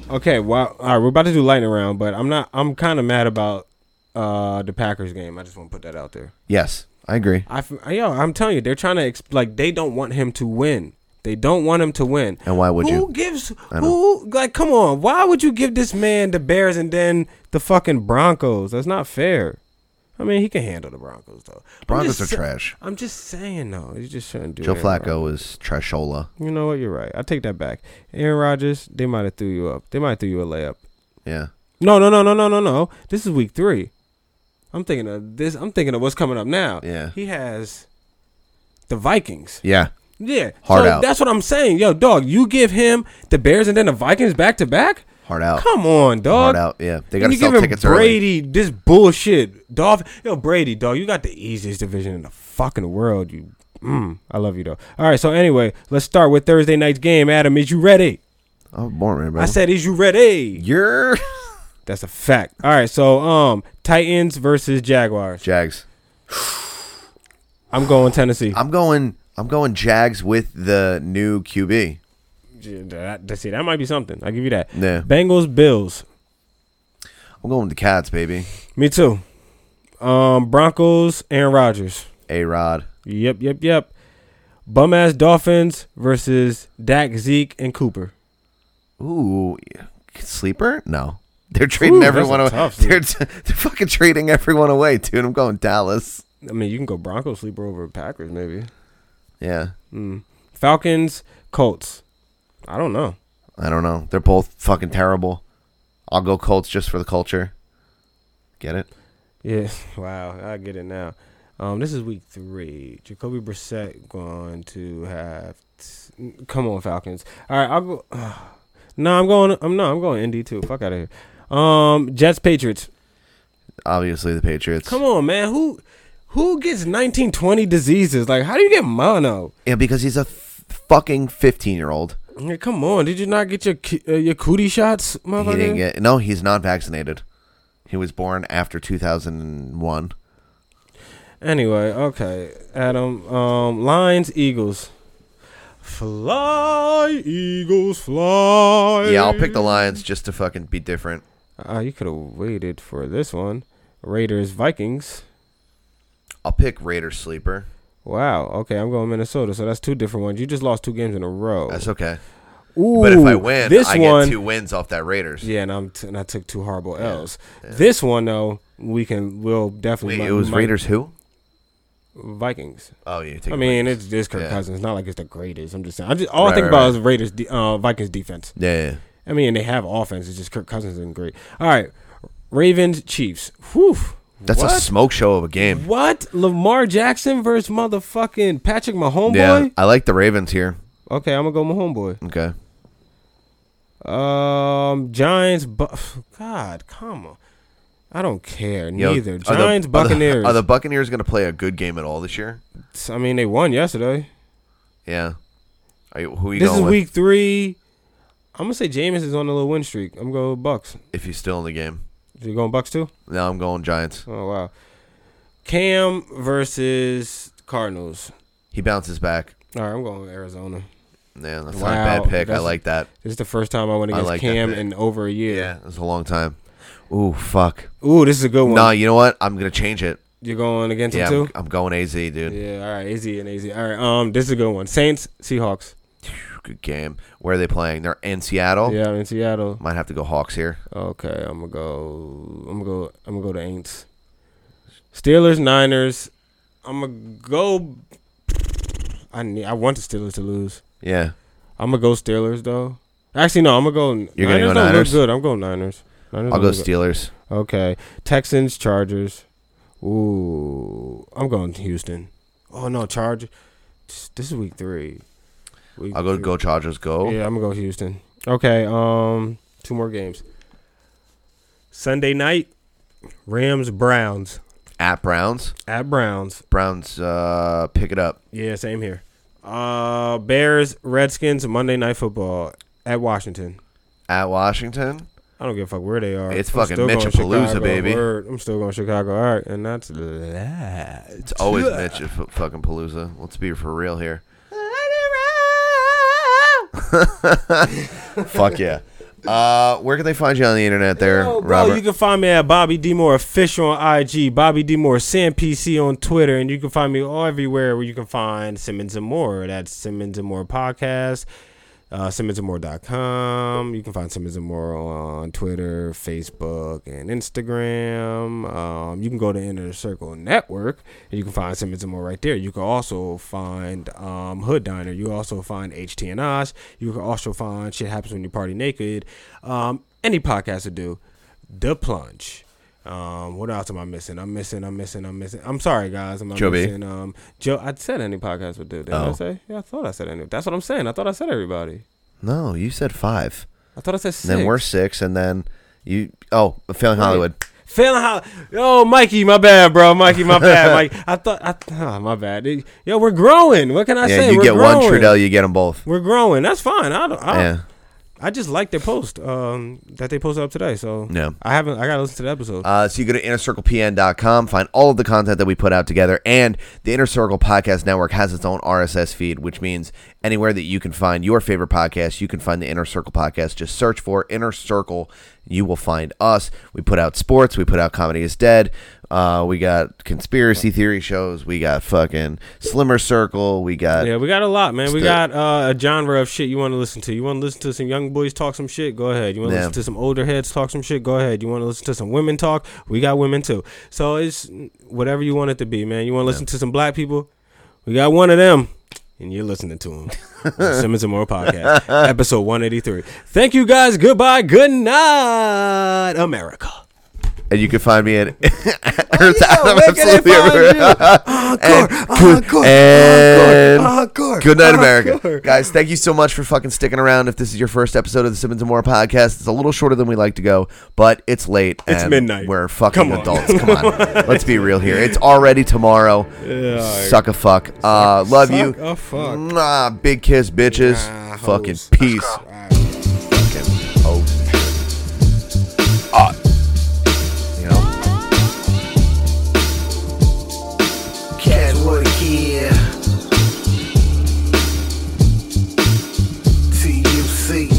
S9: Okay, well, all right, we're about to do lightning round, but I'm not. I'm kind of mad about uh the Packers game. I just want to put that out there.
S12: Yes, I agree.
S9: I f- yo, I'm telling you, they're trying to exp- like they don't want him to win. They don't want him to win.
S12: And why would
S9: who
S12: you?
S9: Who gives?
S12: I know.
S9: Who like? Come on, why would you give this man the Bears and then the fucking Broncos? That's not fair. I mean, he can handle the Broncos though. I'm
S12: Broncos
S9: just
S12: are trash.
S9: I'm just saying though, you just shouldn't do
S12: Joe
S9: it. Aaron Rodgers.
S12: Flacco is trashola.
S9: You know what? You're right. I take that back. Aaron Rodgers, they might have threw you up. They might have threw you a layup.
S12: Yeah.
S9: No, no, no, no, no, no, no. This is week three. I'm thinking of this. I'm thinking of what's coming up now.
S12: Yeah.
S9: He has the Vikings.
S12: Yeah.
S9: Yeah.
S12: Hard
S9: so
S12: out.
S9: That's what I'm saying. Yo, dog, you give him the Bears and then the Vikings back to back?
S12: Hard out.
S9: Come on,
S12: Hard
S9: dog.
S12: out. Yeah. They
S9: Then
S12: gotta
S9: you
S12: sell
S9: give him
S12: tickets early.
S9: Brady this bullshit. Dolph yo, Brady, dog, you got the easiest division in the fucking world. You mm, I love you though. All right, so anyway, let's start with Thursday night's game. Adam, is you ready?
S12: Oh, boring, bro.
S9: I said, is you ready? [laughs]
S12: you're
S9: That's a fact. All right, so um, Titans versus Jaguars.
S12: Jags.
S9: I'm going Tennessee.
S12: I'm going. I'm going Jags with the new QB.
S9: Yeah, That, that, see, that might be something. I'll give you that.
S12: Yeah.
S9: Bengals, Bills.
S12: I'm going with the Cats, baby.
S9: Me too. Um, Broncos, Aaron Rodgers.
S12: A Rod.
S9: Yep, yep, yep. Bum ass Dolphins versus Dak, Zeke, and Cooper.
S12: Ooh, yeah. sleeper? No, They're trading
S9: Ooh, that's
S12: everyone
S9: a
S12: away. [laughs]
S9: tough, dude.
S12: they're, they're fucking trading everyone away, dude. I'm going Dallas.
S9: I mean, you can go Broncos sleeper over Packers, maybe. Hmm.
S12: Yeah.
S9: Falcons, Colts. I don't know.
S12: I don't know. They're both fucking terrible. I'll go Colts just for the culture. Get it?
S9: Yeah. [laughs] Wow. I get it now. Um, this is week three. Jacoby Brissett going to have. T- Come on, Falcons. All right. I'll go. [sighs] no, I'm going. I'm no. I'm going Indy too. Fuck out of here. Um, Jets, Patriots.
S12: Obviously, the Patriots.
S9: Come on, man. Who, who gets 1920 diseases? Like, how do you get mono?
S12: Yeah, because he's a f- fucking 15 year old.
S9: Yeah, come on. Did you not get your ki- uh, your cootie shots,
S12: He
S9: motherfucker?
S12: didn't get. No, he's not vaccinated. He was born after 2001.
S9: Anyway, okay, Adam. Um, Lions, Eagles. Fly, Eagles, fly.
S12: Yeah, I'll pick the Lions just to fucking be different.
S9: Ah, you could have waited for this one. Raiders, Vikings.
S12: I'll pick Raiders sleeper.
S9: Wow. Okay, I'm going Minnesota. So that's two different ones. You just lost two games in a row.
S12: That's okay.
S9: Ooh,
S12: But if I win,
S9: this
S12: I
S9: one,
S12: get two wins off that Raiders.
S9: Yeah, and I'm t- and I took two horrible L's. This one though, we can will definitely.
S12: Wait,
S9: mi-
S12: it was
S9: mi-
S12: Raiders who?
S9: Vikings.
S12: Oh, yeah. Take
S9: I
S12: the
S9: mean,
S12: Vikings.
S9: it's just Kirk
S12: Yeah.
S9: Cousins. It's not like it's the greatest. I'm just saying. I just all I
S12: Right,
S9: think
S12: right,
S9: about
S12: right.
S9: is Raiders, de- uh, Vikings defense.
S12: Yeah, yeah.
S9: I mean, they have offense. It's just Kirk Cousins isn't great. All right, Ravens, Chiefs. Whew.
S12: That's
S9: what?
S12: a smoke show of a game.
S9: What? Lamar Jackson versus motherfucking Patrick Mahomes
S12: Yeah,
S9: boy?
S12: I like the Ravens here.
S9: Okay, I'm gonna go Mahomes
S12: Okay.
S9: boy. Um, Giants. Bu- God, come on. I don't care
S12: Yo,
S9: neither.
S12: are the-
S9: Giants,
S12: are the-
S9: Buccaneers.
S12: Are the Buccaneers going to play a good game at all this year?
S9: I mean, they won yesterday.
S12: Yeah. Are you, who are you
S9: This
S12: going
S9: is
S12: with
S9: week three. I'm gonna say Jameis is on a little win streak. I'm gonna go Bucks.
S12: if he's still in the game?
S9: You going Bucks too?
S12: No, I'm going Giants.
S9: Oh wow. Cam versus Cardinals.
S12: He bounces back.
S9: All right, I'm going with Arizona.
S12: Yeah, that's
S9: Wow,
S12: not a bad pick. I
S9: that's-
S12: like that.
S9: This is the first time I went
S12: I
S9: against
S12: like that
S9: Cam
S12: pick.
S9: in over a year.
S12: That's a long time. Ooh, fuck.
S9: Ooh, this is a good one.
S12: No, you know what? I'm going to change it.
S9: You're going against
S12: Yeah,
S9: him
S12: I'm,
S9: too?
S12: I'm going AZ, dude.
S9: Yeah, all right, easy and easy. All right, um, this is a good one. Saints, Seahawks.
S12: Good game. Where are they playing? They're in Seattle.
S9: Yeah, I'm in Seattle.
S12: Might have to go Hawks here.
S9: Okay, I'm gonna go. I'm gonna go. I'm gonna go to Aints. Steelers, Niners. I'm gonna go. I need, I want the Steelers to lose.
S12: Yeah.
S9: I'm gonna go Steelers though. Actually, no. I'm gonna go.
S12: You're gonna go
S9: don't look
S12: Niners?
S9: good. I'm going Niners. Niners
S12: I'll
S9: don't
S12: go
S9: look good.
S12: Steelers.
S9: Okay, Texans, Chargers. Ooh, I'm going Houston. Oh no, Chargers. This is week three. Week
S12: I'll go
S9: three.
S12: go Chargers. Go.
S9: Yeah, I'm gonna go Houston. Okay, um, two more games. Sunday night, Rams Browns
S12: At Browns.
S9: at Browns.
S12: Browns uh, pick it up.
S9: Yeah, same here. Uh, Bears Redskins Monday Night Football at Washington.
S12: At Washington.
S9: I don't give a fuck where they are.
S12: It's
S9: I'm
S12: fucking
S9: still going
S12: Mitchapalooza,
S9: Chicago.
S12: baby.
S9: Word. I'm still going Chicago. All right, and that's that.
S12: It's always Mitch at f- fucking Palooza. Let's be for real
S9: [laughs]
S12: here. [laughs] Fuck yeah. Uh, where can they find you on the internet there,
S9: Yo, Oh, bro,
S12: Robert?
S9: you can find me at Bobby D Moore official on IG, Bobby D Moore Sam PC on Twitter, and you can find me all everywhere where you can find Simmons and Moore. That's Simmons and Moore podcast. Uh, SimmonsandMoore.com. You can find Simmons and Moore on Twitter, Facebook, and Instagram. Um, you can go to Inner Circle Network, and you can find Simmons and Moore right there. You can also find um, Hood Diner. You also find HTNOS. You can also find Shit Happens When You Party Naked. Um, any podcast to do. The Plunge. Um, what else am I missing? I'm missing. I'm missing. I'm missing. I'm sorry, guys. I'm, I'm
S12: Joe B.
S9: missing. Um, Joe, I said any podcast would do. Didn't I
S12: Oh.
S9: say? Yeah, I thought I said any. That's what I'm saying. I thought I said everybody.
S12: no, you said five.
S9: I thought I said six.
S12: Then we're six, and then you. Oh, failing Hollywood.
S9: Failing how? Yo, Mikey, my bad, bro. Mikey, my bad. Mike, I thought. I, ah, my bad. Yo, we're growing. What can I
S12: Yeah,
S9: say?
S12: you
S9: we're
S12: get
S9: growing. Ah.
S12: one Trudell, you get them both.
S9: We're growing. That's fine. I don't. I, don't-
S12: Yeah.
S9: I just like their post um, that they posted up today. So
S12: Yeah.
S9: I haven't. I gotta listen to the episode.
S12: Uh, so you go to innercirclepn.com, find all of the content that we put out together, and the Inner Circle Podcast Network has its own RSS feed, which means anywhere that you can find your favorite podcast, you can find the Inner Circle Podcast. Just search for Inner Circle, you will find us. We put out sports, we put out Comedy is Dead, Uh, we got conspiracy theory shows. We got fucking Slimmer Circle. We got
S9: Yeah, we got a lot, man. We
S12: Still-
S9: got uh, a genre of shit you want to listen to. You want to listen to some young boys talk some shit? Go ahead. You want to
S12: Yeah.
S9: listen to some older heads talk some shit? Go ahead. You want to listen to some women talk? We got women too. So it's whatever you want it to be, man. You want to listen to some black people? We got one of them. And you're listening to him. Simmons and
S12: [laughs]
S9: More Podcast, episode 183. Thank you guys. Goodbye. Good night, America.
S12: and you can find [laughs] me at
S9: Oh,
S12: Earth
S9: yeah,
S12: Adam
S9: where can they
S12: Absolutely
S9: find
S12: Everywhere.
S9: you?
S12: And
S9: [laughs] Uh-huh,
S12: good- and
S9: encore, encore, Uh-huh, encore,
S12: Good night,
S9: encore.
S12: America. Guys, thank you so much for fucking sticking around. If this is your first episode of the Simmons and More podcast, it's a little shorter than we like to go, but it's late.
S9: It's
S12: and
S9: midnight.
S12: We're fucking
S9: Come on.
S12: adults. Come on.
S9: [laughs]
S12: Let's be real here. It's already tomorrow. Suck a fuck. Uh, love
S9: suck
S12: you.
S9: a Oh, fuck.
S12: Mwah, big kiss, bitches.
S9: Nah,
S12: fucking
S9: hoes.
S12: peace. Fucking hoes. Ah. You know?
S2: Catch what gear. TUC.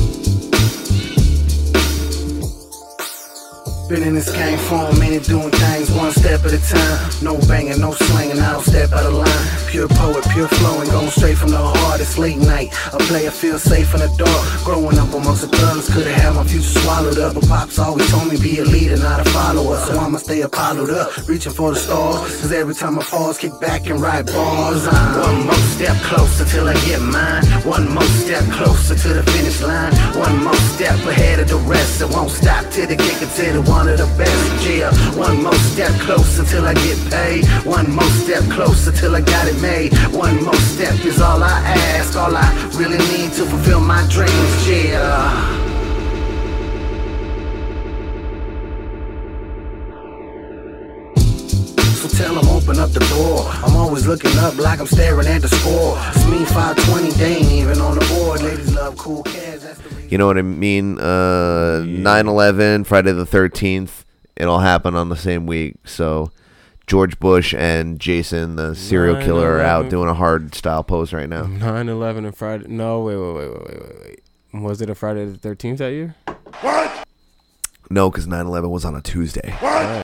S2: Been in this game for a minute, doing things one step at a time. No banging, no slanging, I don't step out of line. Pure poet, pure flowing, going straight from the heart. It's late night. A player feels safe in the dark. Growing up amongst the thugs, could've had my future swallowed up. But pops always told me be a leader, not a follower. So I'ma stay Apollo'd up, reaching for the stars. Cause every time I pause, kick back and write bars. I'm one more step closer till I get mine. One more step closer to the finish line. One more step ahead of the rest. It won't stop till the kick until the one of the best. Yeah, one more step closer till I get paid. One more step closer till I got it made. One more step is all I ask. All I really need to fulfill my dreams. Yeah. So tell 'em open up the door. I'm always looking up like I'm staring at the score. It's me 520, they ain't even on the board. Ladies love cool cats, that's the reason.
S12: You know what I mean? Uh, 9/11, Friday the 13th. It all happened on the same week. So George Bush and Jason, the serial killer, are out
S9: 9/11.
S12: doing a hard style pose right now.
S9: 9 11 Um, and Friday. No, wait, wait, wait, wait, wait, wait, wait. Was it a Friday the 13th that year?
S12: No, because 9/11 was on a Tuesday.